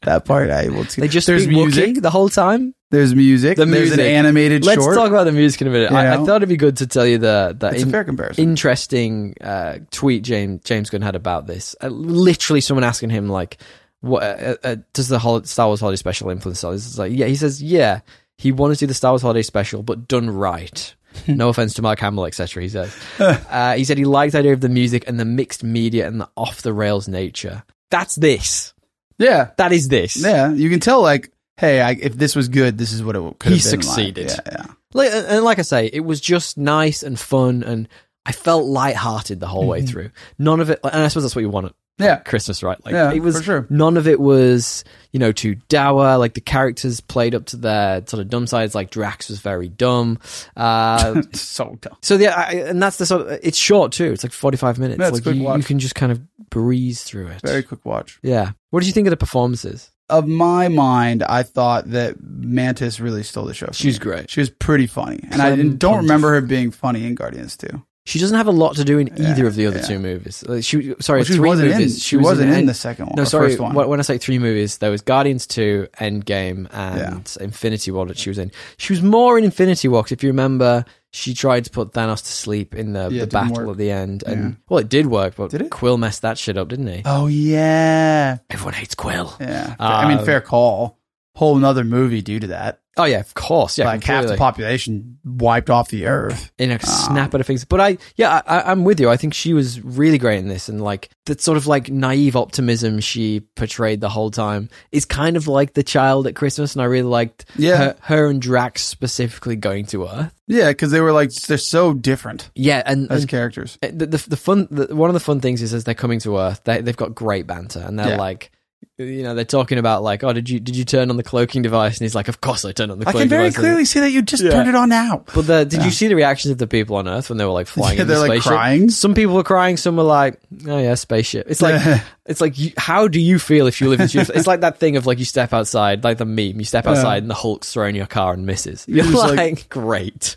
Speaker 2: that part I will. T-
Speaker 1: they just
Speaker 2: there's
Speaker 1: speak
Speaker 2: music.
Speaker 1: Wookiee the whole time.
Speaker 2: There's music.
Speaker 1: The
Speaker 2: There's an
Speaker 1: music.
Speaker 2: animated
Speaker 1: Let's
Speaker 2: short.
Speaker 1: talk about the music in a minute.
Speaker 2: You
Speaker 1: I, I
Speaker 2: know?
Speaker 1: thought it'd be good to tell you the the
Speaker 2: it's
Speaker 1: in-
Speaker 2: a fair comparison.
Speaker 1: interesting uh, tweet James James Gunn had about this. Uh, literally, someone asking him like, "What uh, uh, does the hol- Star Wars Holiday Special influence?" Star Wars? It's like, yeah, he says, yeah, he wanted to do the Star Wars Holiday Special, but done right. no offense to Mark Hamill, etc. He says. uh, he said he liked the idea of the music and the mixed media and the off the rails nature. That's this.
Speaker 2: yeah,
Speaker 1: That is this.
Speaker 2: yeah. You can tell like, hey, I, if this was good, this is what it could.
Speaker 1: He
Speaker 2: have been like.
Speaker 1: succeeded.
Speaker 2: Yeah, yeah.
Speaker 1: Like, and and like I say, it was just nice and fun, and I felt lighthearted the whole way
Speaker 2: Mm-hmm.
Speaker 1: through. None of it, and I suppose that's what you want at
Speaker 2: Yeah.
Speaker 1: Christmas, right? Like
Speaker 2: Yeah,
Speaker 1: it was
Speaker 2: for sure.
Speaker 1: none of it was you know too dour. Like the characters played up to their sort of dumb sides. Like Drax was very dumb. Uh,
Speaker 2: It's so dumb.
Speaker 1: so yeah, I, and that's the sort. Of, it's short too. It's like forty five minutes.
Speaker 2: Yeah, it's
Speaker 1: like
Speaker 2: quick
Speaker 1: you,
Speaker 2: watch.
Speaker 1: you can just kind of breeze through it.
Speaker 2: Very quick watch.
Speaker 1: yeah. What did you think of the performances?
Speaker 2: Of my mind, I thought that Mantis really stole the show. She,
Speaker 1: She's great.
Speaker 2: she was pretty funny, and I
Speaker 1: Clem
Speaker 2: didn't, don't
Speaker 1: Pontiff.
Speaker 2: remember her being funny in Guardians Two.
Speaker 1: She doesn't have a lot to do in either of the other
Speaker 2: yeah.
Speaker 1: two movies. Uh, She sorry,
Speaker 2: Well, she
Speaker 1: three
Speaker 2: wasn't
Speaker 1: movies.
Speaker 2: in. She, wasn't in,
Speaker 1: End-
Speaker 2: the second one.
Speaker 1: No,
Speaker 2: or
Speaker 1: sorry.
Speaker 2: First one.
Speaker 1: wh- When I say three movies, there was Guardians 2, Endgame, and Infinity War that she was in. She was more in Infinity War 'cause if you remember, she tried to put Thanos to sleep in the,
Speaker 2: Yeah,
Speaker 1: the
Speaker 2: it didn't
Speaker 1: battle
Speaker 2: work.
Speaker 1: at the end. And
Speaker 2: Yeah.
Speaker 1: well, it did work, but
Speaker 2: Did it?
Speaker 1: Quill messed that shit up, didn't he?
Speaker 2: oh yeah,
Speaker 1: Everyone hates Quill.
Speaker 2: yeah. I mean,
Speaker 1: Um,
Speaker 2: fair call. Whole another movie due to that.
Speaker 1: Oh yeah, of course. Yeah,
Speaker 2: like half the
Speaker 1: completely.
Speaker 2: population wiped off the earth.
Speaker 1: in a snap out of things. But I, yeah, I, I- I'm with you. I think she was really great in this, and like that sort of like naive optimism she portrayed the whole time is kind of like the child at Christmas, and I really liked
Speaker 2: Yeah.
Speaker 1: her, her and Drax specifically going to Earth.
Speaker 2: Yeah, because they were like they're so different
Speaker 1: Yeah, and.
Speaker 2: as
Speaker 1: and
Speaker 2: characters.
Speaker 1: the, the the fun the, one of the fun things is as they're coming to Earth, they they've got great banter, and they're
Speaker 2: Yeah.
Speaker 1: like, you know, they're talking about like, oh, did you did you turn on the cloaking device? And he's like, of course I turned on the
Speaker 2: I
Speaker 1: cloaking
Speaker 2: can very
Speaker 1: device.
Speaker 2: clearly see that you just turned it on now.
Speaker 1: But the, did you see the reactions of the people on Earth when they were like flying?
Speaker 2: Yeah,
Speaker 1: in the
Speaker 2: they're, like,
Speaker 1: spaceship?
Speaker 2: crying.
Speaker 1: Some people were crying. Some were like, "Oh yeah, spaceship." It's like it's like you, how do you feel if you live in? Jupiter? it's like that thing of like you step outside, like the meme. You step outside and the Hulk's thrown your car and misses. You're
Speaker 2: just
Speaker 1: like,
Speaker 2: like-
Speaker 1: great,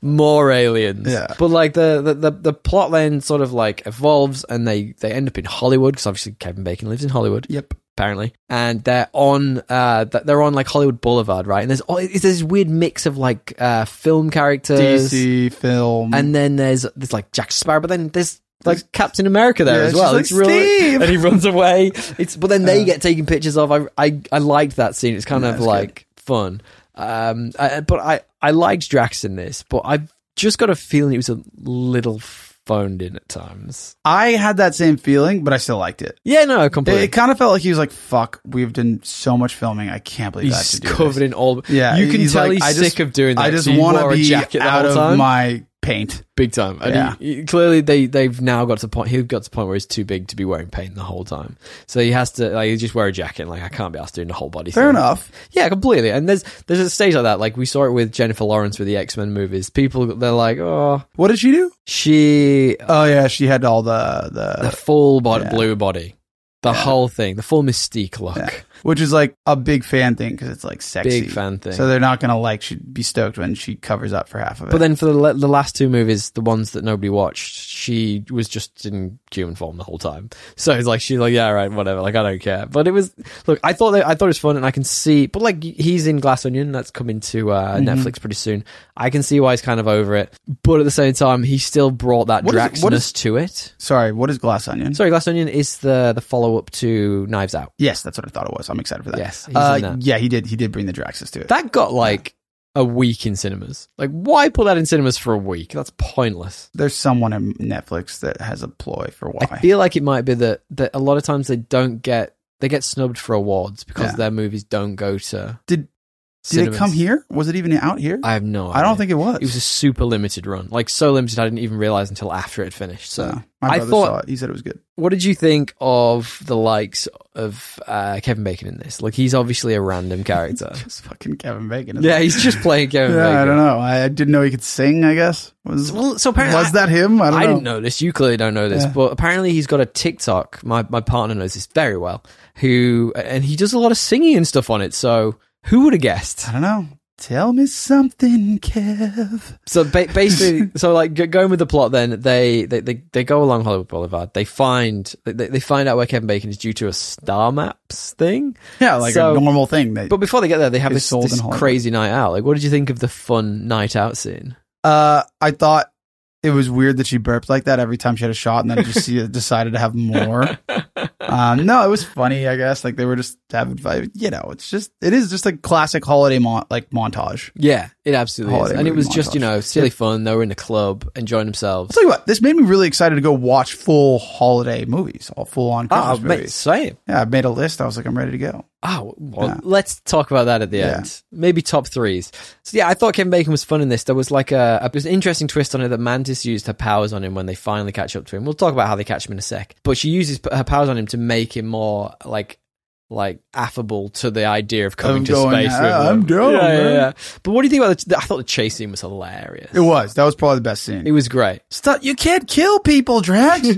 Speaker 1: more aliens.
Speaker 2: Yeah.
Speaker 1: But like the the, the the plot then sort of like evolves and they they end up in Hollywood because obviously Kevin Bacon lives in Hollywood
Speaker 2: Yep.
Speaker 1: apparently, and they're on uh th- they're on like Hollywood Boulevard, right? And there's all, it's this weird mix of like uh film characters,
Speaker 2: DC film.
Speaker 1: and then there's there's like Jack Sparrow, but then there's like Captain America there
Speaker 2: Yeah,
Speaker 1: as well. It's
Speaker 2: she's like,
Speaker 1: really
Speaker 2: "Steve!"
Speaker 1: and he runs away. It's but then they get taken pictures of. I I I liked that scene. It's kind of
Speaker 2: that's good.
Speaker 1: like fun. Um, I, but I I liked Drax in this, but I've just got a feeling it was a little phoned in at times.
Speaker 2: I had that same feeling, but I still liked it.
Speaker 1: Yeah, no,
Speaker 2: It,
Speaker 1: completely.
Speaker 2: kind of felt like he was like, "Fuck, we've done so much filming. I can't believe I have
Speaker 1: He's
Speaker 2: to do
Speaker 1: covered
Speaker 2: this."
Speaker 1: in all.
Speaker 2: Yeah,
Speaker 1: you can
Speaker 2: he's
Speaker 1: tell
Speaker 2: like,
Speaker 1: he's
Speaker 2: I just-
Speaker 1: sick of doing that.
Speaker 2: I just
Speaker 1: want to
Speaker 2: be
Speaker 1: jacket the
Speaker 2: out
Speaker 1: whole
Speaker 2: of
Speaker 1: time.
Speaker 2: my paint.
Speaker 1: big time. And
Speaker 2: Yeah.
Speaker 1: he- he- clearly, they they've now got to the point. He got to the point where he's too big to be wearing paint the whole time. So he has to like he just wear a jacket. and, Like I can't be asked doing the whole body.
Speaker 2: Fair
Speaker 1: thing.
Speaker 2: enough.
Speaker 1: Yeah, completely. And there's there's a stage like that. Like we saw it with Jennifer Lawrence with the X Men movies. People they're like, oh,
Speaker 2: What did she do?
Speaker 1: she
Speaker 2: Oh yeah, she had all the
Speaker 1: the
Speaker 2: the,
Speaker 1: full body,
Speaker 2: yeah.
Speaker 1: blue body, the whole thing, the full mystique look.
Speaker 2: Yeah. which is like a big fan thing because it's like sexy.
Speaker 1: Big fan thing.
Speaker 2: So they're not gonna like. She'd be stoked when she covers up for half of it.
Speaker 1: But then for the, le- the last two movies, the ones that nobody watched, she was just in human form the whole time. So it's like she's like, yeah, right, whatever. Like I don't care. But it was look, I thought that, I thought it was fun, and I can see. But like he's in Glass Onion, that's coming to uh,
Speaker 2: Mm-hmm.
Speaker 1: Netflix pretty soon. I can see why he's kind of over it. But at the same time, he still brought that
Speaker 2: What is it-
Speaker 1: Draxness
Speaker 2: what
Speaker 1: to it.
Speaker 2: sorry, what is glass onion?
Speaker 1: Sorry, Glass Onion is the the follow up to Knives Out.
Speaker 2: Yes, that's what I thought it was. I'm excited for that.
Speaker 1: Yes, he's in
Speaker 2: uh,
Speaker 1: that.
Speaker 2: yeah, he did. He did bring the Draxus to it.
Speaker 1: That got like a week in cinemas. Like, why put that in cinemas for a week? That's pointless.
Speaker 2: There's someone in Netflix that has a ploy for why.
Speaker 1: I feel like it might be that that a lot of times they don't get they get snubbed for awards because
Speaker 2: Yeah.
Speaker 1: their movies don't go to.
Speaker 2: Did- Did it
Speaker 1: cinemas.
Speaker 2: come here? Was it even out here?
Speaker 1: I have no.
Speaker 2: I,
Speaker 1: Idea.
Speaker 2: don't think it was.
Speaker 1: it was a super limited run. Like so limited, I didn't even realize until after it finished. So,
Speaker 2: No. Uh, my
Speaker 1: I
Speaker 2: brother
Speaker 1: thought-
Speaker 2: saw it. He said it was good.
Speaker 1: what did you think of the likes of uh, Kevin Bacon in this? Like, he's obviously a random character.
Speaker 2: Just fucking Kevin Bacon. isn't
Speaker 1: yeah,
Speaker 2: it?
Speaker 1: he's just playing Kevin Bacon.
Speaker 2: yeah. I don't know. I I didn't know he could sing. I guess was
Speaker 1: Well, so apparently,
Speaker 2: was that him? I
Speaker 1: I,
Speaker 2: don't know.
Speaker 1: didn't know this. You clearly don't know this,
Speaker 2: Oh, Yeah.
Speaker 1: but apparently he's got a TikTok. My my partner knows this very well. Who and he does a lot of singing and stuff on it. So who would have guessed?
Speaker 2: I don't know. Tell me something, Kev.
Speaker 1: So ba- basically, so like g- going with the plot, then they they, they, they go along Hollywood Boulevard. They find they, they find out where Kevin Bacon is due to a star maps thing.
Speaker 2: Yeah, like
Speaker 1: So-
Speaker 2: a normal thing. That,
Speaker 1: But before they get there, they have
Speaker 2: It's
Speaker 1: this,
Speaker 2: sold
Speaker 1: this
Speaker 2: in Hollywood.
Speaker 1: crazy night out. Like, what did you think of the fun night out scene?
Speaker 2: uh, I thought it was weird that she burped like that every time she had a shot, and then just she decided to have more. Um, no, it was funny. I guess like they were just having fun. You know, it's just it is just a classic holiday mon- like montage.
Speaker 1: Yeah, it absolutely is.
Speaker 2: Holiday
Speaker 1: And Oh, it
Speaker 2: movie
Speaker 1: was just, you
Speaker 2: montage.
Speaker 1: know, silly fun. They were in the club, enjoying themselves.
Speaker 2: I'll tell you what, this made me really excited to go watch full holiday movies, all full on
Speaker 1: Oh,
Speaker 2: Christmas
Speaker 1: mate,
Speaker 2: movies.
Speaker 1: same.
Speaker 2: Yeah, I made a list. I was like, I'm ready to go.
Speaker 1: Oh, well,
Speaker 2: Yeah.
Speaker 1: let's talk about that at the
Speaker 2: Yeah.
Speaker 1: end. Maybe top threes. So yeah, I thought Kevin Bacon was fun in this. There was like a, a it was an interesting twist on it that Mantis used her powers on him when they finally catch up to him. We'll talk about how they catch him in a sec. But she uses p- her powers on him to make him more like like affable to the idea of coming
Speaker 2: I'm
Speaker 1: to
Speaker 2: going,
Speaker 1: space. with
Speaker 2: "Ah,
Speaker 1: them."
Speaker 2: I'm down,
Speaker 1: Yeah, yeah,
Speaker 2: man.
Speaker 1: yeah. But what do you think about the? I thought the chase scene was hilarious.
Speaker 2: It was. That was probably the best scene.
Speaker 1: It was great.
Speaker 2: Stop! You can't kill people, Drax.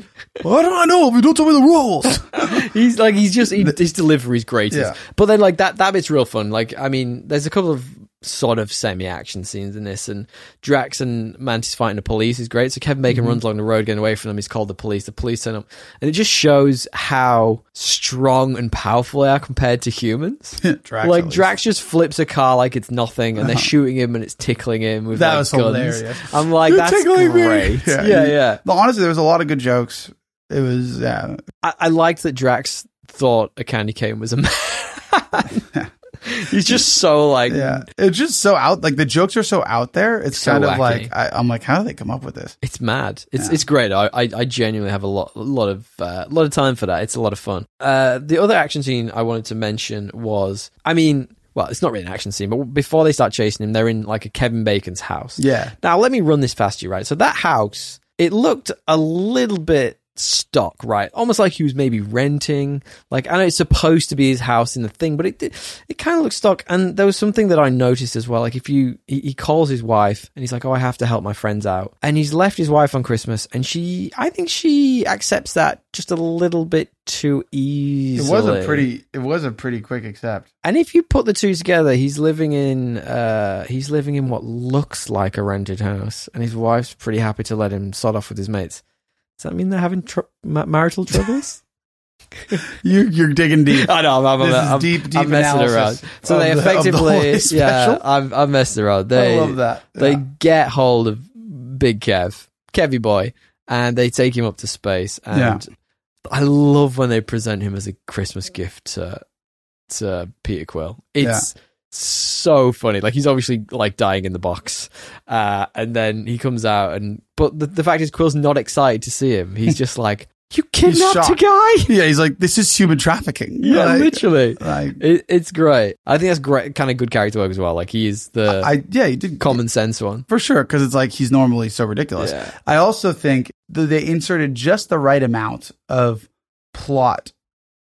Speaker 2: Why don't I know if you don't tell me the rules?
Speaker 1: He's like he's just he, his delivery's greatest.
Speaker 2: Yeah.
Speaker 1: But then like that that bit's real fun. Like I mean, there's a couple of sort of semi action scenes in this, and Drax and Mantis fighting the police is great. So Kevin Bacon
Speaker 2: Mm-hmm.
Speaker 1: runs along the road getting away from them. He's called the police. The police turn up, and it just shows how strong and powerful they are compared to humans.
Speaker 2: Drax,
Speaker 1: like Drax just flips a car like it's nothing, and they're shooting him and it's tickling him with
Speaker 2: That
Speaker 1: like,
Speaker 2: was
Speaker 1: guns.
Speaker 2: hilarious.
Speaker 1: I'm like,
Speaker 2: You're
Speaker 1: that's
Speaker 2: tickling me."
Speaker 1: great.
Speaker 2: Yeah.
Speaker 1: yeah, yeah.
Speaker 2: honestly, there was a lot of good jokes. It was yeah.
Speaker 1: I, I liked that Drax thought a candy cane was a man. He's just so like,
Speaker 2: Yeah, it's just so out. Like the jokes are so out there. It's
Speaker 1: So
Speaker 2: kind of
Speaker 1: wacky.
Speaker 2: like I, I'm like, how do they come up with this?
Speaker 1: it's mad. It's it's great. I, I I genuinely have a lot a lot of uh, lot of time for that. It's a lot of fun. Uh, the other action scene I wanted to mention was, I mean, well, it's not really an action scene, but before they start chasing him, they're in like a Kevin Bacon's house.
Speaker 2: Yeah,
Speaker 1: Now let me run this past you, right? So that house, it looked a little bit stock, right? Almost like he was maybe renting. Like I know it's supposed to be his house in the thing, but it did- it kind of looked stock. And there was something that I noticed as well. Like if you he, he calls his wife and he's like, "Oh, I have to help my friends out," and he's left his wife on Christmas, and she, I think she accepts that just a little bit too
Speaker 2: it
Speaker 1: easily.
Speaker 2: was a pretty. It was a pretty quick accept.
Speaker 1: And if you put the two together, he's living in uh, he's living in what looks like a rented house, and his wife's pretty happy to let him sod off with his mates. Does that mean they're having tr- ma- marital troubles?
Speaker 2: You you're digging deep.
Speaker 1: I know, I'm, I'm,
Speaker 2: This is
Speaker 1: I'm, I'm,
Speaker 2: deep, deep
Speaker 1: I'm messing
Speaker 2: analysis
Speaker 1: around. So
Speaker 2: of
Speaker 1: they
Speaker 2: the- of the
Speaker 1: effectively,
Speaker 2: holiday
Speaker 1: yeah,
Speaker 2: special.
Speaker 1: I'm, I'm messing around. They,
Speaker 2: I love that.
Speaker 1: they
Speaker 2: Yeah.
Speaker 1: get hold of Big Kev, Kevy Boy, and they take him up to space. And
Speaker 2: Yeah.
Speaker 1: I love when they present him as a Christmas gift to to Peter Quill. It's so funny. Like he's obviously like dying in the box, uh, and then he comes out, and but the, the fact is, Quill's not excited to see him. He's just like, "You kidnapped a
Speaker 2: shocked.
Speaker 1: guy."
Speaker 2: yeah, he's like, this is human trafficking.
Speaker 1: Yeah,
Speaker 2: Like-
Speaker 1: literally.
Speaker 2: like
Speaker 1: It, it's great. I think that's great. Kind of good character work as well. Like he is the
Speaker 2: I yeah, he did
Speaker 1: common sense one.
Speaker 2: for sure because it's like he's normally so ridiculous.
Speaker 1: Yeah.
Speaker 2: I also think that they inserted just the right amount of plot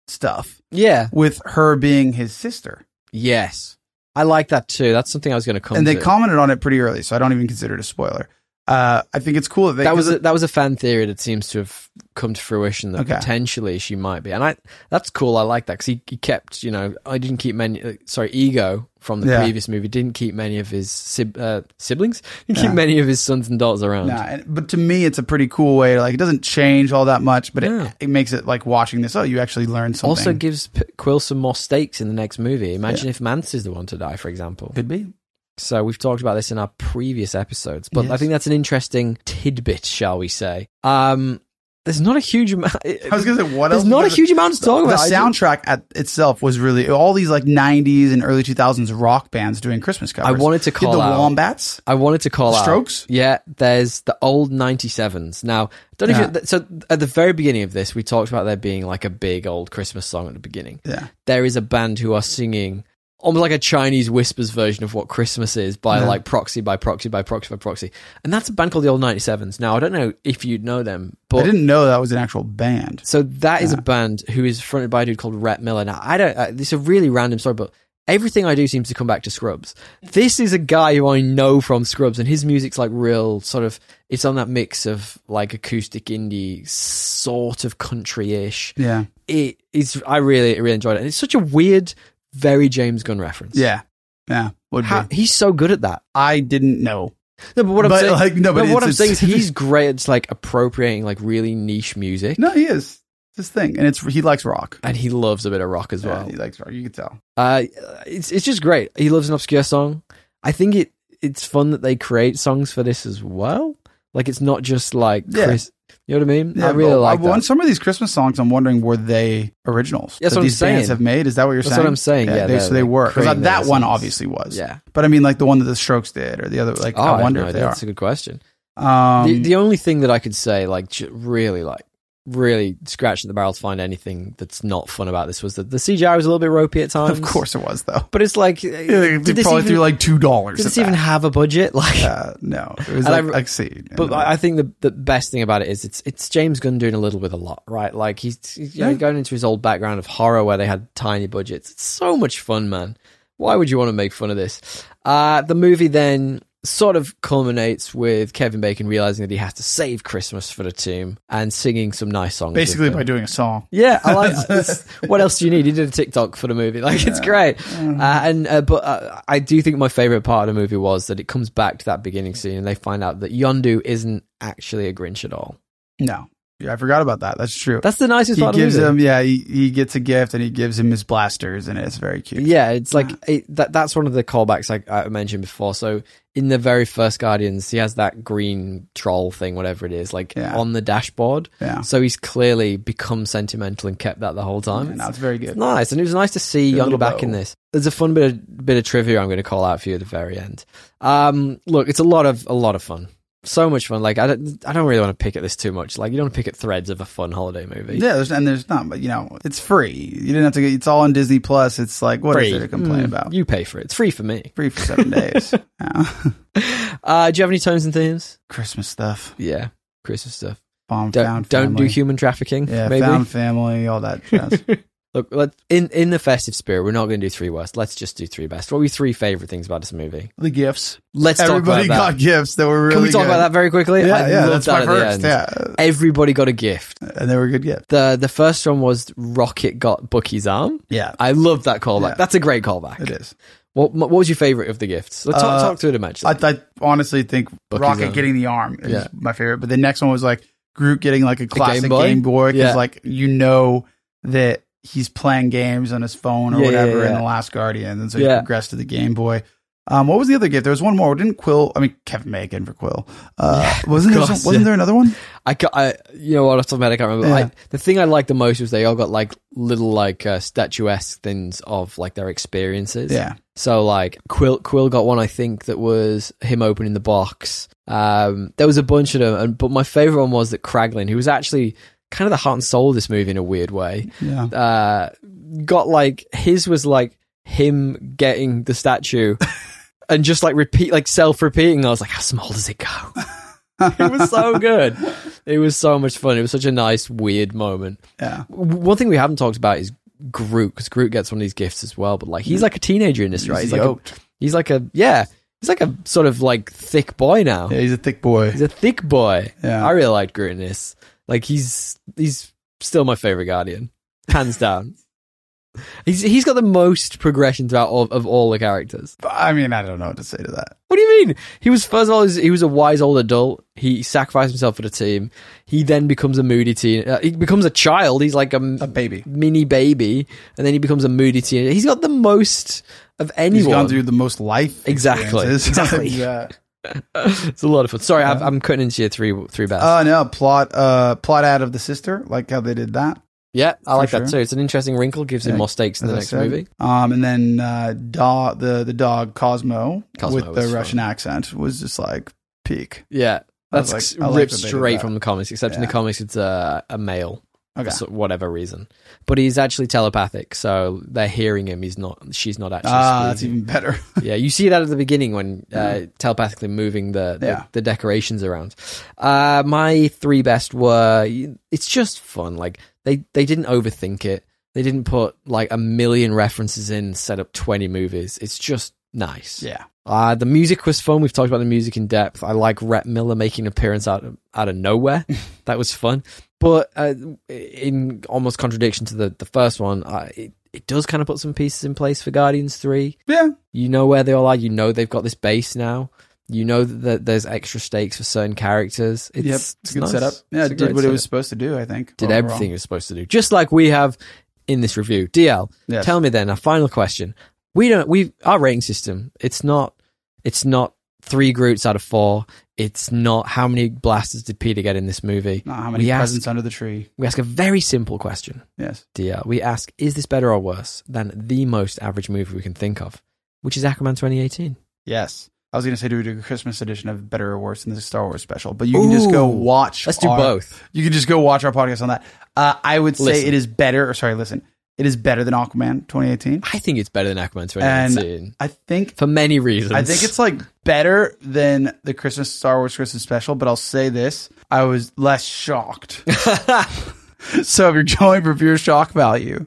Speaker 2: stuff
Speaker 1: Yeah.
Speaker 2: with her being his sister,
Speaker 1: Yes. I like that too. That's something I was going to come
Speaker 2: and they
Speaker 1: to.
Speaker 2: commented on it pretty early, so I don't even consider it a spoiler. Uh, I think it's cool that they,
Speaker 1: that was a, that was a fan theory that seems to have come to fruition that
Speaker 2: Okay.
Speaker 1: potentially she might be, and I that's cool. I like that because he, he kept you know I didn't keep many uh, sorry ego from the
Speaker 2: Yeah.
Speaker 1: previous movie didn't keep many of his sib, uh, siblings didn't keep many of his sons and daughters around.
Speaker 2: Nah, and, but to me, it's a pretty cool way. To, like, it doesn't change all that much, but
Speaker 1: Yeah.
Speaker 2: it, it makes it like watching this. Oh, you actually learn something.
Speaker 1: Also gives P- Quill some more stakes in the next movie. Imagine if Mance is the one to die, for example.
Speaker 2: could be.
Speaker 1: So we've talked about this in our previous episodes, but I
Speaker 2: Yes.
Speaker 1: think that's an interesting tidbit, shall we say? Um, There's not a huge amount.
Speaker 2: I was gonna say what
Speaker 1: There's
Speaker 2: else?
Speaker 1: not a
Speaker 2: The-
Speaker 1: huge amount to talk
Speaker 2: The
Speaker 1: about. I ju-
Speaker 2: soundtrack at itself was really all these like '90s and early 2000s rock bands doing Christmas covers.
Speaker 1: I wanted to
Speaker 2: Did
Speaker 1: call
Speaker 2: the
Speaker 1: out-
Speaker 2: Wombats.
Speaker 1: I wanted to call
Speaker 2: The
Speaker 1: out
Speaker 2: Strokes?
Speaker 1: Yeah, there's the old '97s. Now, don't know if you,
Speaker 2: Yeah.
Speaker 1: th- so. At the very beginning of this, we talked about there being like a big old Christmas song at the beginning.
Speaker 2: Yeah,
Speaker 1: There is a band who are singing almost like a Chinese whispers version of what Christmas is by
Speaker 2: Yeah.
Speaker 1: like proxy by proxy by proxy by proxy, and that's a band called the Old '97s. Now, I don't know if you'd know them,
Speaker 2: I
Speaker 1: but
Speaker 2: didn't know that was an actual band.
Speaker 1: so that is a band who is fronted by a dude called Rhett Miller. Now I don't. Uh, this is a really random story, but everything I do seems to come back to Scrubs. This is a guy who I know from Scrubs, and his music's like real sort of. It's on that mix of like acoustic indie, sort of country-ish.
Speaker 2: Yeah,
Speaker 1: It is. I really, really enjoyed it, and it's such a weird, very James Gunn reference.
Speaker 2: yeah, yeah. Would
Speaker 1: How-
Speaker 2: be.
Speaker 1: he's so good at that.
Speaker 2: I didn't know.
Speaker 1: No, but what I'm
Speaker 2: But,
Speaker 1: saying,
Speaker 2: like, no, but
Speaker 1: what
Speaker 2: it's-
Speaker 1: I'm
Speaker 2: it's-
Speaker 1: saying is he's great at like appropriating like really niche music,
Speaker 2: No, he is It's his thing, and it's he likes rock.
Speaker 1: and he loves a bit of rock as well.
Speaker 2: Yeah, he likes rock. You can tell.
Speaker 1: Uh, it's it's just great. He loves an obscure song. I think it it's fun that they create songs for this as well. Like it's not just like
Speaker 2: Yeah.
Speaker 1: Chris. You know what I mean?
Speaker 2: Yeah,
Speaker 1: I really
Speaker 2: well,
Speaker 1: like that.
Speaker 2: want- some of these Christmas songs. I'm wondering were they originals
Speaker 1: That's what
Speaker 2: that
Speaker 1: I'm
Speaker 2: these bands
Speaker 1: saying.
Speaker 2: have made? Is that what you're
Speaker 1: That's
Speaker 2: saying?
Speaker 1: what I'm saying. Yeah,
Speaker 2: they,
Speaker 1: they're,
Speaker 2: so they
Speaker 1: like,
Speaker 2: were 'Cause
Speaker 1: creating
Speaker 2: that
Speaker 1: their
Speaker 2: one
Speaker 1: songs.
Speaker 2: obviously was.
Speaker 1: Yeah.
Speaker 2: but I mean like the one that the Strokes did or the other. Like
Speaker 1: Oh,
Speaker 2: I wonder
Speaker 1: have no
Speaker 2: if they
Speaker 1: idea.
Speaker 2: are.
Speaker 1: That's a good question.
Speaker 2: Um,
Speaker 1: the the only thing that I could say, like j- really, like really scratching the barrel to find anything that's not fun about this was that the CGI was a little bit ropey at times.
Speaker 2: of course it was though.
Speaker 1: but it's like
Speaker 2: Yeah,
Speaker 1: did
Speaker 2: they
Speaker 1: this
Speaker 2: probably
Speaker 1: even,
Speaker 2: threw like two dollars.
Speaker 1: did this even have a budget? Like.
Speaker 2: Uh, no, it was
Speaker 1: And I
Speaker 2: like,
Speaker 1: re-
Speaker 2: like see,
Speaker 1: But I I think the the best thing about it is it's it's James Gunn doing a little with a lot, right? Like he's, he's, you know,
Speaker 2: Yeah.
Speaker 1: going into his old background of horror where they had tiny budgets. It's so much fun, man. Why would you want to make fun of this? Uh, the movie then sort of culminates with Kevin Bacon realizing that he has to save Christmas for the tomb and singing some nice songs. with
Speaker 2: basically
Speaker 1: them.
Speaker 2: by doing a song.
Speaker 1: Yeah, I like it's- what else do you need? He did a TikTok for the movie, like it's great.
Speaker 2: Mm.
Speaker 1: Uh, and uh, but uh, I do think my favorite part of the movie was that it comes back to that beginning scene, and they find out that Yondu isn't actually a Grinch at all.
Speaker 2: No, yeah, I forgot about that. That's true.
Speaker 1: That's the nicest
Speaker 2: he
Speaker 1: part
Speaker 2: gives
Speaker 1: of the
Speaker 2: him,
Speaker 1: movie.
Speaker 2: yeah, he, he gets a gift and he gives him his blasters, and it's very cute.
Speaker 1: yeah, it's like it, that. That's one of the callbacks like I mentioned before. So in the very first Guardians, he has that green troll thing, whatever it is, like
Speaker 2: Yeah.
Speaker 1: on the dashboard.
Speaker 2: yeah.
Speaker 1: So he's clearly become sentimental and kept that the whole time.
Speaker 2: Yeah,
Speaker 1: It's-
Speaker 2: no, it's very good.
Speaker 1: It's nice, and it was nice to see
Speaker 2: Good
Speaker 1: Younger
Speaker 2: little
Speaker 1: back
Speaker 2: bow.
Speaker 1: in this. There's a fun bit of bit of trivia I'm going to call out for you at the very end. Um, look, it's a lot of a lot of fun, so much fun. Like I don't, I don't really want to pick at this too much. Like you don't want to pick at threads of a fun holiday movie.
Speaker 2: Yeah, there's, and there's not, but you know, it's free. You didn't have to get. It's all on Disney Plus. It's like what is
Speaker 1: Free.
Speaker 2: there to complain
Speaker 1: Mm,
Speaker 2: about?
Speaker 1: You pay for it. It's free for me.
Speaker 2: Free for seven days. Yeah.
Speaker 1: Uh, do you have any tones and themes?
Speaker 2: Christmas stuff.
Speaker 1: Yeah, Christmas stuff.
Speaker 2: Bomb,
Speaker 1: Don't
Speaker 2: found
Speaker 1: don't do
Speaker 2: family.
Speaker 1: human trafficking.
Speaker 2: Yeah,
Speaker 1: maybe.
Speaker 2: found family, all that jazz.
Speaker 1: Look, let in in the festive spirit, we're not going to do three worst. Let's just do three best. What were your three favorite things about this movie?
Speaker 2: the gifts.
Speaker 1: Let's
Speaker 2: Everybody
Speaker 1: talk about
Speaker 2: got
Speaker 1: that.
Speaker 2: gifts that were really.
Speaker 1: Can we talk
Speaker 2: good.
Speaker 1: about that very quickly?
Speaker 2: Yeah,
Speaker 1: I
Speaker 2: yeah,
Speaker 1: love
Speaker 2: that's
Speaker 1: that
Speaker 2: my
Speaker 1: at
Speaker 2: first.
Speaker 1: the end.
Speaker 2: Yeah,
Speaker 1: Everybody got a gift.
Speaker 2: and they were good gifts.
Speaker 1: The the first one was Rocket got Bucky's arm.
Speaker 2: Yeah,
Speaker 1: I love that callback.
Speaker 2: Yeah.
Speaker 1: That's a great callback.
Speaker 2: it is.
Speaker 1: What what was your favorite of the gifts? Let's talk,
Speaker 2: Uh,
Speaker 1: talk through them actually.
Speaker 2: I, I honestly think
Speaker 1: Bucky's
Speaker 2: Rocket
Speaker 1: arm.
Speaker 2: getting the arm is
Speaker 1: Yeah.
Speaker 2: my favorite. But the next one was like Groot getting like a classic
Speaker 1: Game
Speaker 2: Game
Speaker 1: Boy?
Speaker 2: Boy because
Speaker 1: Yeah.
Speaker 2: like you know that he's playing games on his phone or
Speaker 1: Yeah, yeah,
Speaker 2: whatever in
Speaker 1: yeah.
Speaker 2: the Last Guardian, and so
Speaker 1: Yeah.
Speaker 2: he progressed to the Game Boy. Um, what was the other gift? There was one more. Didn't Quill? I mean, Kevin Bacon for Quill. Uh, wasn't there?
Speaker 1: course,
Speaker 2: some- wasn't
Speaker 1: yeah.
Speaker 2: there another one?
Speaker 1: I, ca- I you know what off the top of my head I can't remember.
Speaker 2: Yeah.
Speaker 1: I, the thing I liked the most was they all got like little like uh, statuesque things of like their experiences.
Speaker 2: Yeah,
Speaker 1: So like Quill Quill got one I think that was him opening the box. Um, there was a bunch of them, and, but my favorite one was that Kraglin, who was actually kind of the heart and soul of this movie in a weird way,
Speaker 2: yeah.
Speaker 1: uh, got like his was like him getting the statue and just like repeat like self repeating. I was like, how small does it go? it was so good. It was so much fun. It was such a nice weird moment.
Speaker 2: Yeah.
Speaker 1: W- One thing we haven't talked about is Groot because Groot gets one of these gifts as well. But like he's like a teenager in this, right? He's like a,
Speaker 2: yoked.
Speaker 1: he's like a yeah. He's like a sort of like thick boy now.
Speaker 2: yeah, he's a thick boy.
Speaker 1: He's a thick boy.
Speaker 2: Yeah.
Speaker 1: I really liked Groot in this. Like he's he's still my favorite Guardian, hands down. He's he's got the most progression throughout all, of all the characters.
Speaker 2: I mean, I don't know what to say to that.
Speaker 1: What do you mean? He was first of all he was, he was a wise old adult. He sacrificed himself for the team. He then becomes a moody teen. Uh, he becomes a child. He's like a, m-
Speaker 2: A baby.
Speaker 1: mini baby, and then he becomes a moody teenager. He's got the most of anyone.
Speaker 2: He's gone through the most life.
Speaker 1: Exactly.
Speaker 2: experiences.
Speaker 1: Exactly.
Speaker 2: yeah.
Speaker 1: it's a lot of fun. Sorry, I've, I'm cutting into your three three best.
Speaker 2: Oh no, plot uh plot out of the sister, like how they did that.
Speaker 1: yeah, I
Speaker 2: for
Speaker 1: like
Speaker 2: sure.
Speaker 1: that too. It's an interesting wrinkle. Gives him
Speaker 2: Yeah,
Speaker 1: more stakes in
Speaker 2: as
Speaker 1: the
Speaker 2: I
Speaker 1: next
Speaker 2: said.
Speaker 1: movie.
Speaker 2: Um, and then uh, dog the the dog Cosmo,
Speaker 1: Cosmo
Speaker 2: with
Speaker 1: was
Speaker 2: the
Speaker 1: fun.
Speaker 2: Russian accent was just like peak.
Speaker 1: Yeah,
Speaker 2: I
Speaker 1: that's
Speaker 2: was like-
Speaker 1: s-
Speaker 2: I like
Speaker 1: ripped
Speaker 2: that they did
Speaker 1: straight
Speaker 2: that.
Speaker 1: from the comics. Except in the
Speaker 2: Yeah.
Speaker 1: comics, it's uh, a, a male
Speaker 2: Okay,
Speaker 1: for so- whatever reason. But he's actually telepathic, so they're hearing him. He's not. She's not actually.
Speaker 2: ah, that's
Speaker 1: speaking.
Speaker 2: even better.
Speaker 1: yeah, you see that at the beginning when uh, telepathically moving the the,
Speaker 2: Yeah.
Speaker 1: the decorations around. Uh, my three best were. It's just fun. Like they they didn't overthink it. They didn't put like a million references in, set up twenty movies. It's just nice.
Speaker 2: yeah,
Speaker 1: Uh, the music was fun. We've talked about the music in depth. I like Rhett Miller making an appearance out of, out of nowhere. that was fun. But uh, in almost contradiction to the, the first one, uh, it, it does kind of put some pieces in place for Guardians 3.
Speaker 2: yeah.
Speaker 1: You know where they all are. You know they've got this base now. You know that there's extra stakes for certain characters. It's,
Speaker 2: yep, it's a good
Speaker 1: nice.
Speaker 2: setup. Yeah,
Speaker 1: It's a
Speaker 2: it did
Speaker 1: great
Speaker 2: what it was Oh,
Speaker 1: setup.
Speaker 2: supposed to do. I think
Speaker 1: Did
Speaker 2: overall.
Speaker 1: everything it was supposed to do. Just like we have in this review. DL,
Speaker 2: Yes.
Speaker 1: Tell me then a final question. We don't we our rating system. It's not it's not three Groots out of four. It's not how many blasters did Peter get in this movie.
Speaker 2: Not how many
Speaker 1: we ask-
Speaker 2: presents under the tree.
Speaker 1: We ask a very simple question,
Speaker 2: Yes,
Speaker 1: dear. We ask, is this better or worse than the most average movie we can think of, which is Aquaman 2018?
Speaker 2: yes. I was going to say do we do a Christmas edition of Better or Worse than the Star Wars special, but you can just go
Speaker 1: Ooh.
Speaker 2: watch.
Speaker 1: Let's do
Speaker 2: our-
Speaker 1: both.
Speaker 2: You can just go watch our podcast on that. Uh, I would say
Speaker 1: Listen.
Speaker 2: it is better. Or sorry, listen, it is better than Aquaman 2018.
Speaker 1: I think it's better than Aquaman
Speaker 2: And
Speaker 1: 2018
Speaker 2: I think
Speaker 1: for many reasons.
Speaker 2: I think it's like better than the Christmas Star Wars Christmas special, but I'll say this: I was less shocked. so if you're going for pure shock value,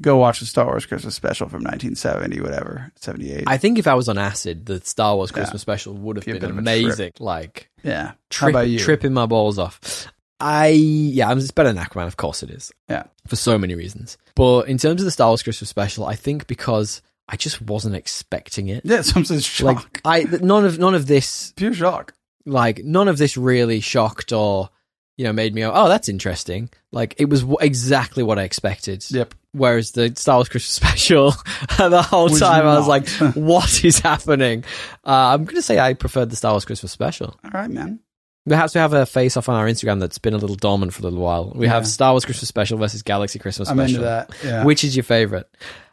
Speaker 2: go watch the Star Wars Christmas special from 1970, whatever, 78.
Speaker 1: I think if I was on acid, the Star Wars Christmas special would have
Speaker 2: Be a
Speaker 1: been
Speaker 2: bit of a
Speaker 1: amazing. Like
Speaker 2: yeah. How
Speaker 1: trip,
Speaker 2: about you?
Speaker 1: tripping my balls off. I yeah, I'm- it's better than Aquaman, of course it is.
Speaker 2: Yeah.
Speaker 1: for so many reasons. But in terms of the Star Wars Christmas special, I think because I just wasn't expecting it.
Speaker 2: Yeah, some says shock.
Speaker 1: Like I th- none of none of this
Speaker 2: pure shock.
Speaker 1: like none of this really shocked or you know made me go oh that's interesting. Like it was w- exactly what I expected.
Speaker 2: Yep.
Speaker 1: Whereas the Star Wars Christmas special, the whole
Speaker 2: Was
Speaker 1: time I was
Speaker 2: not.
Speaker 1: like, what is happening? Uh, I'm gonna say I preferred the Star Wars Christmas special.
Speaker 2: All right, man.
Speaker 1: Perhaps we have a face off on our Instagram that's been a little dormant for a little while. We have
Speaker 2: Yeah.
Speaker 1: Star Wars Christmas Special versus Galaxy Christmas
Speaker 2: I'm
Speaker 1: Special.
Speaker 2: into that. Yeah.
Speaker 1: Which is your favorite?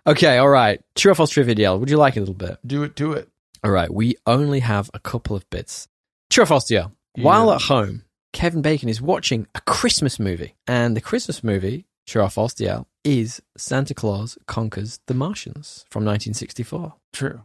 Speaker 1: Okay, all right. True or false trivia, DL. Would you like a little bit?
Speaker 2: do it. Do it.
Speaker 1: All right. We only have a couple of bits. True or false, DL.
Speaker 2: Yeah.
Speaker 1: While at home, Kevin Bacon is watching a Christmas movie. And the Christmas movie, true or false, DL, is Santa Claus Conquers the Martians from 1964.
Speaker 2: True.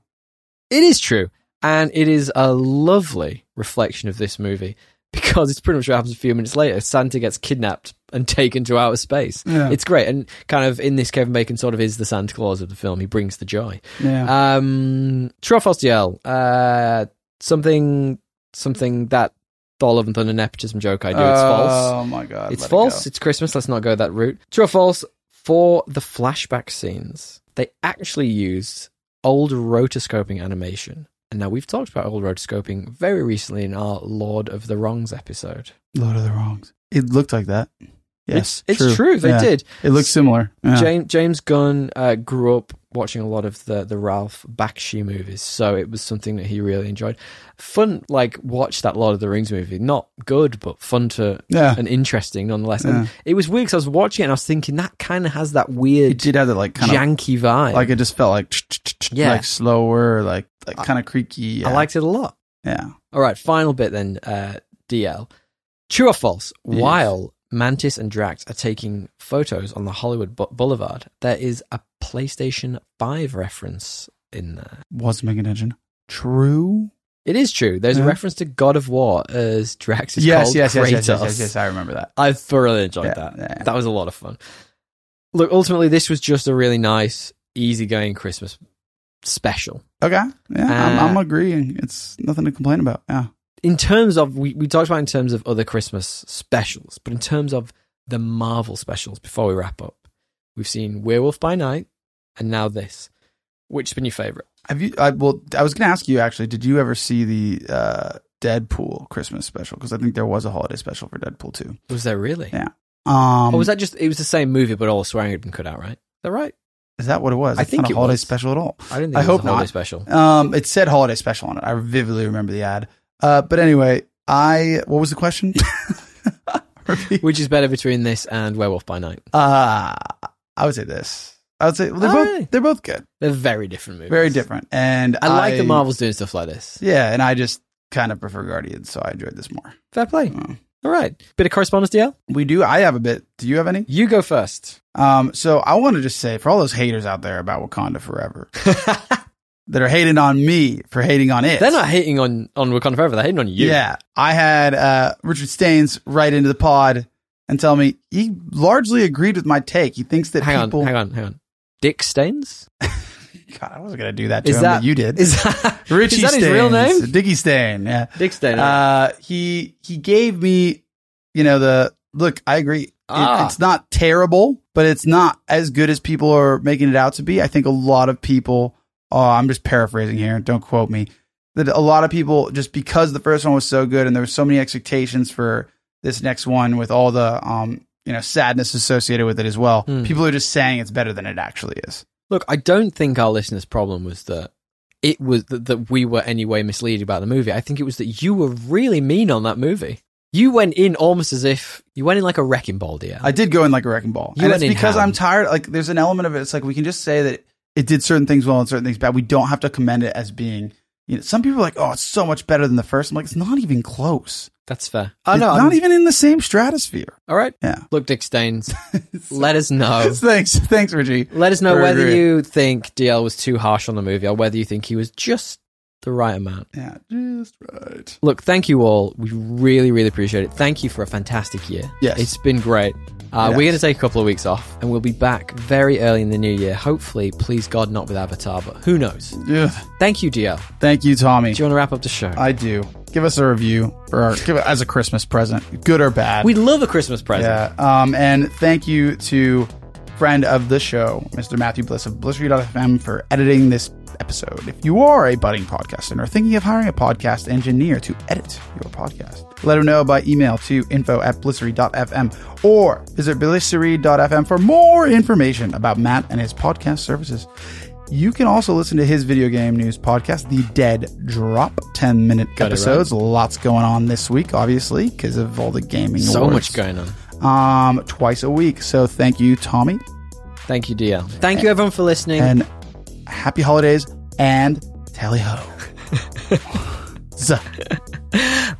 Speaker 1: It is true. And it is a lovely reflection of this movie because it's pretty much what happens a few minutes later. Santa gets kidnapped and taken to outer space.
Speaker 2: Yeah.
Speaker 1: It's great. And kind of in this, Kevin Bacon sort of is the Santa Claus of the film. He brings the joy.
Speaker 2: yeah.
Speaker 1: Um, true or false, DL? Uh, something, something that Thor, Love and Thunder nepotism joke I do. It's false.
Speaker 2: Oh my god.
Speaker 1: It's
Speaker 2: let it
Speaker 1: false.
Speaker 2: go.
Speaker 1: it's Christmas. Let's not go that route. True or false? For the flashback scenes, they actually used old rotoscoping animation. And now we've talked about old rotoscoping very recently in our Lord of the Wrongs episode.
Speaker 2: Lord of the Wrongs. It looked like that. Yes,
Speaker 1: it's, it's true. They
Speaker 2: Yeah.
Speaker 1: did.
Speaker 2: It looks similar. Yeah.
Speaker 1: James, James Gunn uh, grew up watching a lot of the, the Ralph Bakshi movies, so it was something that he really enjoyed. Fun, like, watch that Lord of the Rings movie. Not good, but fun to
Speaker 2: yeah.
Speaker 1: and interesting nonetheless. And it was weird because I was watching it and I was thinking that kind of has that
Speaker 2: It
Speaker 1: weird
Speaker 2: did have that like kind of
Speaker 1: janky vibe.
Speaker 2: like it just felt like
Speaker 1: Yeah.
Speaker 2: like slower, like like kind of creaky. Yeah.
Speaker 1: I liked it a lot.
Speaker 2: yeah.
Speaker 1: All right, final bit then, uh, DL. True or false?
Speaker 2: Yes.
Speaker 1: While Mantis and Drax are taking photos on the Hollywood bu- Boulevard, there is a PlayStation 5 reference in there.
Speaker 2: Was Mega Engine true?
Speaker 1: It is true. There's a
Speaker 2: Yeah.
Speaker 1: reference to God of War as Drax is
Speaker 2: Yes,
Speaker 1: called
Speaker 2: yes, yes,
Speaker 1: Kratos.
Speaker 2: yes, yes, yes, yes. I remember that.
Speaker 1: I thoroughly enjoyed
Speaker 2: Yeah,
Speaker 1: that.
Speaker 2: yeah.
Speaker 1: That was a lot of fun. Look, ultimately, this was just a really nice, easygoing Christmas special.
Speaker 2: Okay. Yeah,
Speaker 1: Uh,
Speaker 2: I'm, I'm agreeing. It's nothing to complain about. Yeah.
Speaker 1: In terms of, we, we talked about in terms of other Christmas specials, but in terms of the Marvel specials, before we wrap up, we've seen Werewolf by Night and now this. Which has been your favorite?
Speaker 2: Have you? I well, I was going to ask you actually. Did you ever see the uh, Deadpool Christmas special? Because I think there was a holiday special for Deadpool too.
Speaker 1: Was there really?
Speaker 2: Yeah. Um,
Speaker 1: Or was that just, it was the same movie, but all the swearing had been cut out, right? Is that right?
Speaker 2: Is that what it was?
Speaker 1: I
Speaker 2: It's
Speaker 1: think
Speaker 2: not
Speaker 1: it
Speaker 2: a holiday
Speaker 1: was.
Speaker 2: special at all.
Speaker 1: I didn't think
Speaker 2: I
Speaker 1: it was
Speaker 2: hope
Speaker 1: a holiday
Speaker 2: not.
Speaker 1: special.
Speaker 2: Um, it said holiday special on it. I vividly remember the ad. Uh, but anyway, I what was the question? Repeat.
Speaker 1: Which is better between this and Werewolf by Night?
Speaker 2: Uh, I would say this. I would say well, they're
Speaker 1: Oh,
Speaker 2: both
Speaker 1: really?
Speaker 2: they're both good,
Speaker 1: They're very different movies.
Speaker 2: very different. And
Speaker 1: I like the Marvels doing stuff like this.
Speaker 2: Yeah, and I just kind of prefer Guardians, so I enjoyed this more.
Speaker 1: Fair play.
Speaker 2: Mm.
Speaker 1: All right. Bit of correspondence, DL?
Speaker 2: We do. I have a bit. Do you have any?
Speaker 1: You go first.
Speaker 2: Um, so I want to just say for all those haters out there about Wakanda Forever that are hating on me for hating on it.
Speaker 1: They're not hating on, on Wakanda Forever. They're hating on you.
Speaker 2: Yeah, I had uh, Richard Staines write into the pod and tell me he largely agreed with my take. He thinks that
Speaker 1: Hang
Speaker 2: people.
Speaker 1: on, hang on, hang on. Dick Staines?
Speaker 2: God, I wasn't gonna do that to
Speaker 1: Is
Speaker 2: him,
Speaker 1: that-
Speaker 2: but you did.
Speaker 1: Is that,
Speaker 2: Richie
Speaker 1: is that
Speaker 2: Staines,
Speaker 1: his real name?
Speaker 2: Dickie Stain. Yeah.
Speaker 1: Dick Staines.
Speaker 2: Uh, he he gave me, you know, the look. I agree. It-
Speaker 1: Ah.
Speaker 2: it's not terrible, but it's not as good as people are making it out to be. I think a lot of people. Oh, I'm just paraphrasing here. Don't quote me. That a lot of people just because the first one was so good and there were so many expectations for this next one with all the um you know sadness associated with it as well.
Speaker 1: Hmm.
Speaker 2: People are just saying it's better than it actually is.
Speaker 1: Look, I don't think our listeners' problem was that it was that, that we were anyway misleading about the movie. I think it was that you were really mean on that movie. You went in almost as if you went in like a wrecking ball, dear.
Speaker 2: I did go in like a wrecking ball.
Speaker 1: You
Speaker 2: and
Speaker 1: went
Speaker 2: that's
Speaker 1: in
Speaker 2: because
Speaker 1: ham.
Speaker 2: I'm tired. Like, there's an element of it. It's like we can just say that it did certain things well and certain things bad. We don't have to commend it as being. You know, some people are like, "Oh, it's so much better than the first. I'm like, "It's not even close.
Speaker 1: That's fair. I know.
Speaker 2: it's
Speaker 1: I'm-
Speaker 2: not even in the same stratosphere."
Speaker 1: all right.
Speaker 2: Yeah.
Speaker 1: Look, Dick Staines, let us know.
Speaker 2: thanks, thanks, Richie.
Speaker 1: Oh. Let us know
Speaker 2: Very
Speaker 1: whether
Speaker 2: agree.
Speaker 1: you think DL was too harsh on the movie or whether you think he was just the right amount.
Speaker 2: Yeah, just right.
Speaker 1: Look, thank you all. We really, really appreciate it. Thank you for a fantastic year.
Speaker 2: Yes.
Speaker 1: It's been great. Uh,
Speaker 2: Yes.
Speaker 1: We're going to take a couple of weeks off and we'll be back very early in the new year. Hopefully, please God, not with Avatar, but who knows?
Speaker 2: Ugh.
Speaker 1: Thank you, DL.
Speaker 2: Thank you, Tommy.
Speaker 1: Do you want to wrap up the show?
Speaker 2: I do. Give us a review or give it as a Christmas present, good or bad.
Speaker 1: we love a Christmas present.
Speaker 2: Yeah. Um, and thank you to friend of the show, Mr. Matthew Bliss of Blissry.fm for editing this episode. If you are a budding podcaster or thinking of hiring a podcast engineer to edit your podcast, let him know by email to info at blissery.fm or visit blissery.fm for more information about Matt and his podcast services. You can also listen to his video game news podcast, The Dead Drop, 10 minute
Speaker 1: it right.
Speaker 2: episodes. Lots going on this week, obviously, because of all the gaming
Speaker 1: So
Speaker 2: awards
Speaker 1: much going on.
Speaker 2: um, twice a week. So thank you, Tommy,
Speaker 1: Thank you, DL. Thank you, everyone, for listening.
Speaker 2: and happy holidays and tally ho. Z.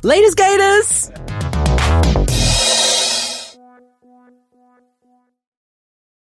Speaker 1: Latest Gators!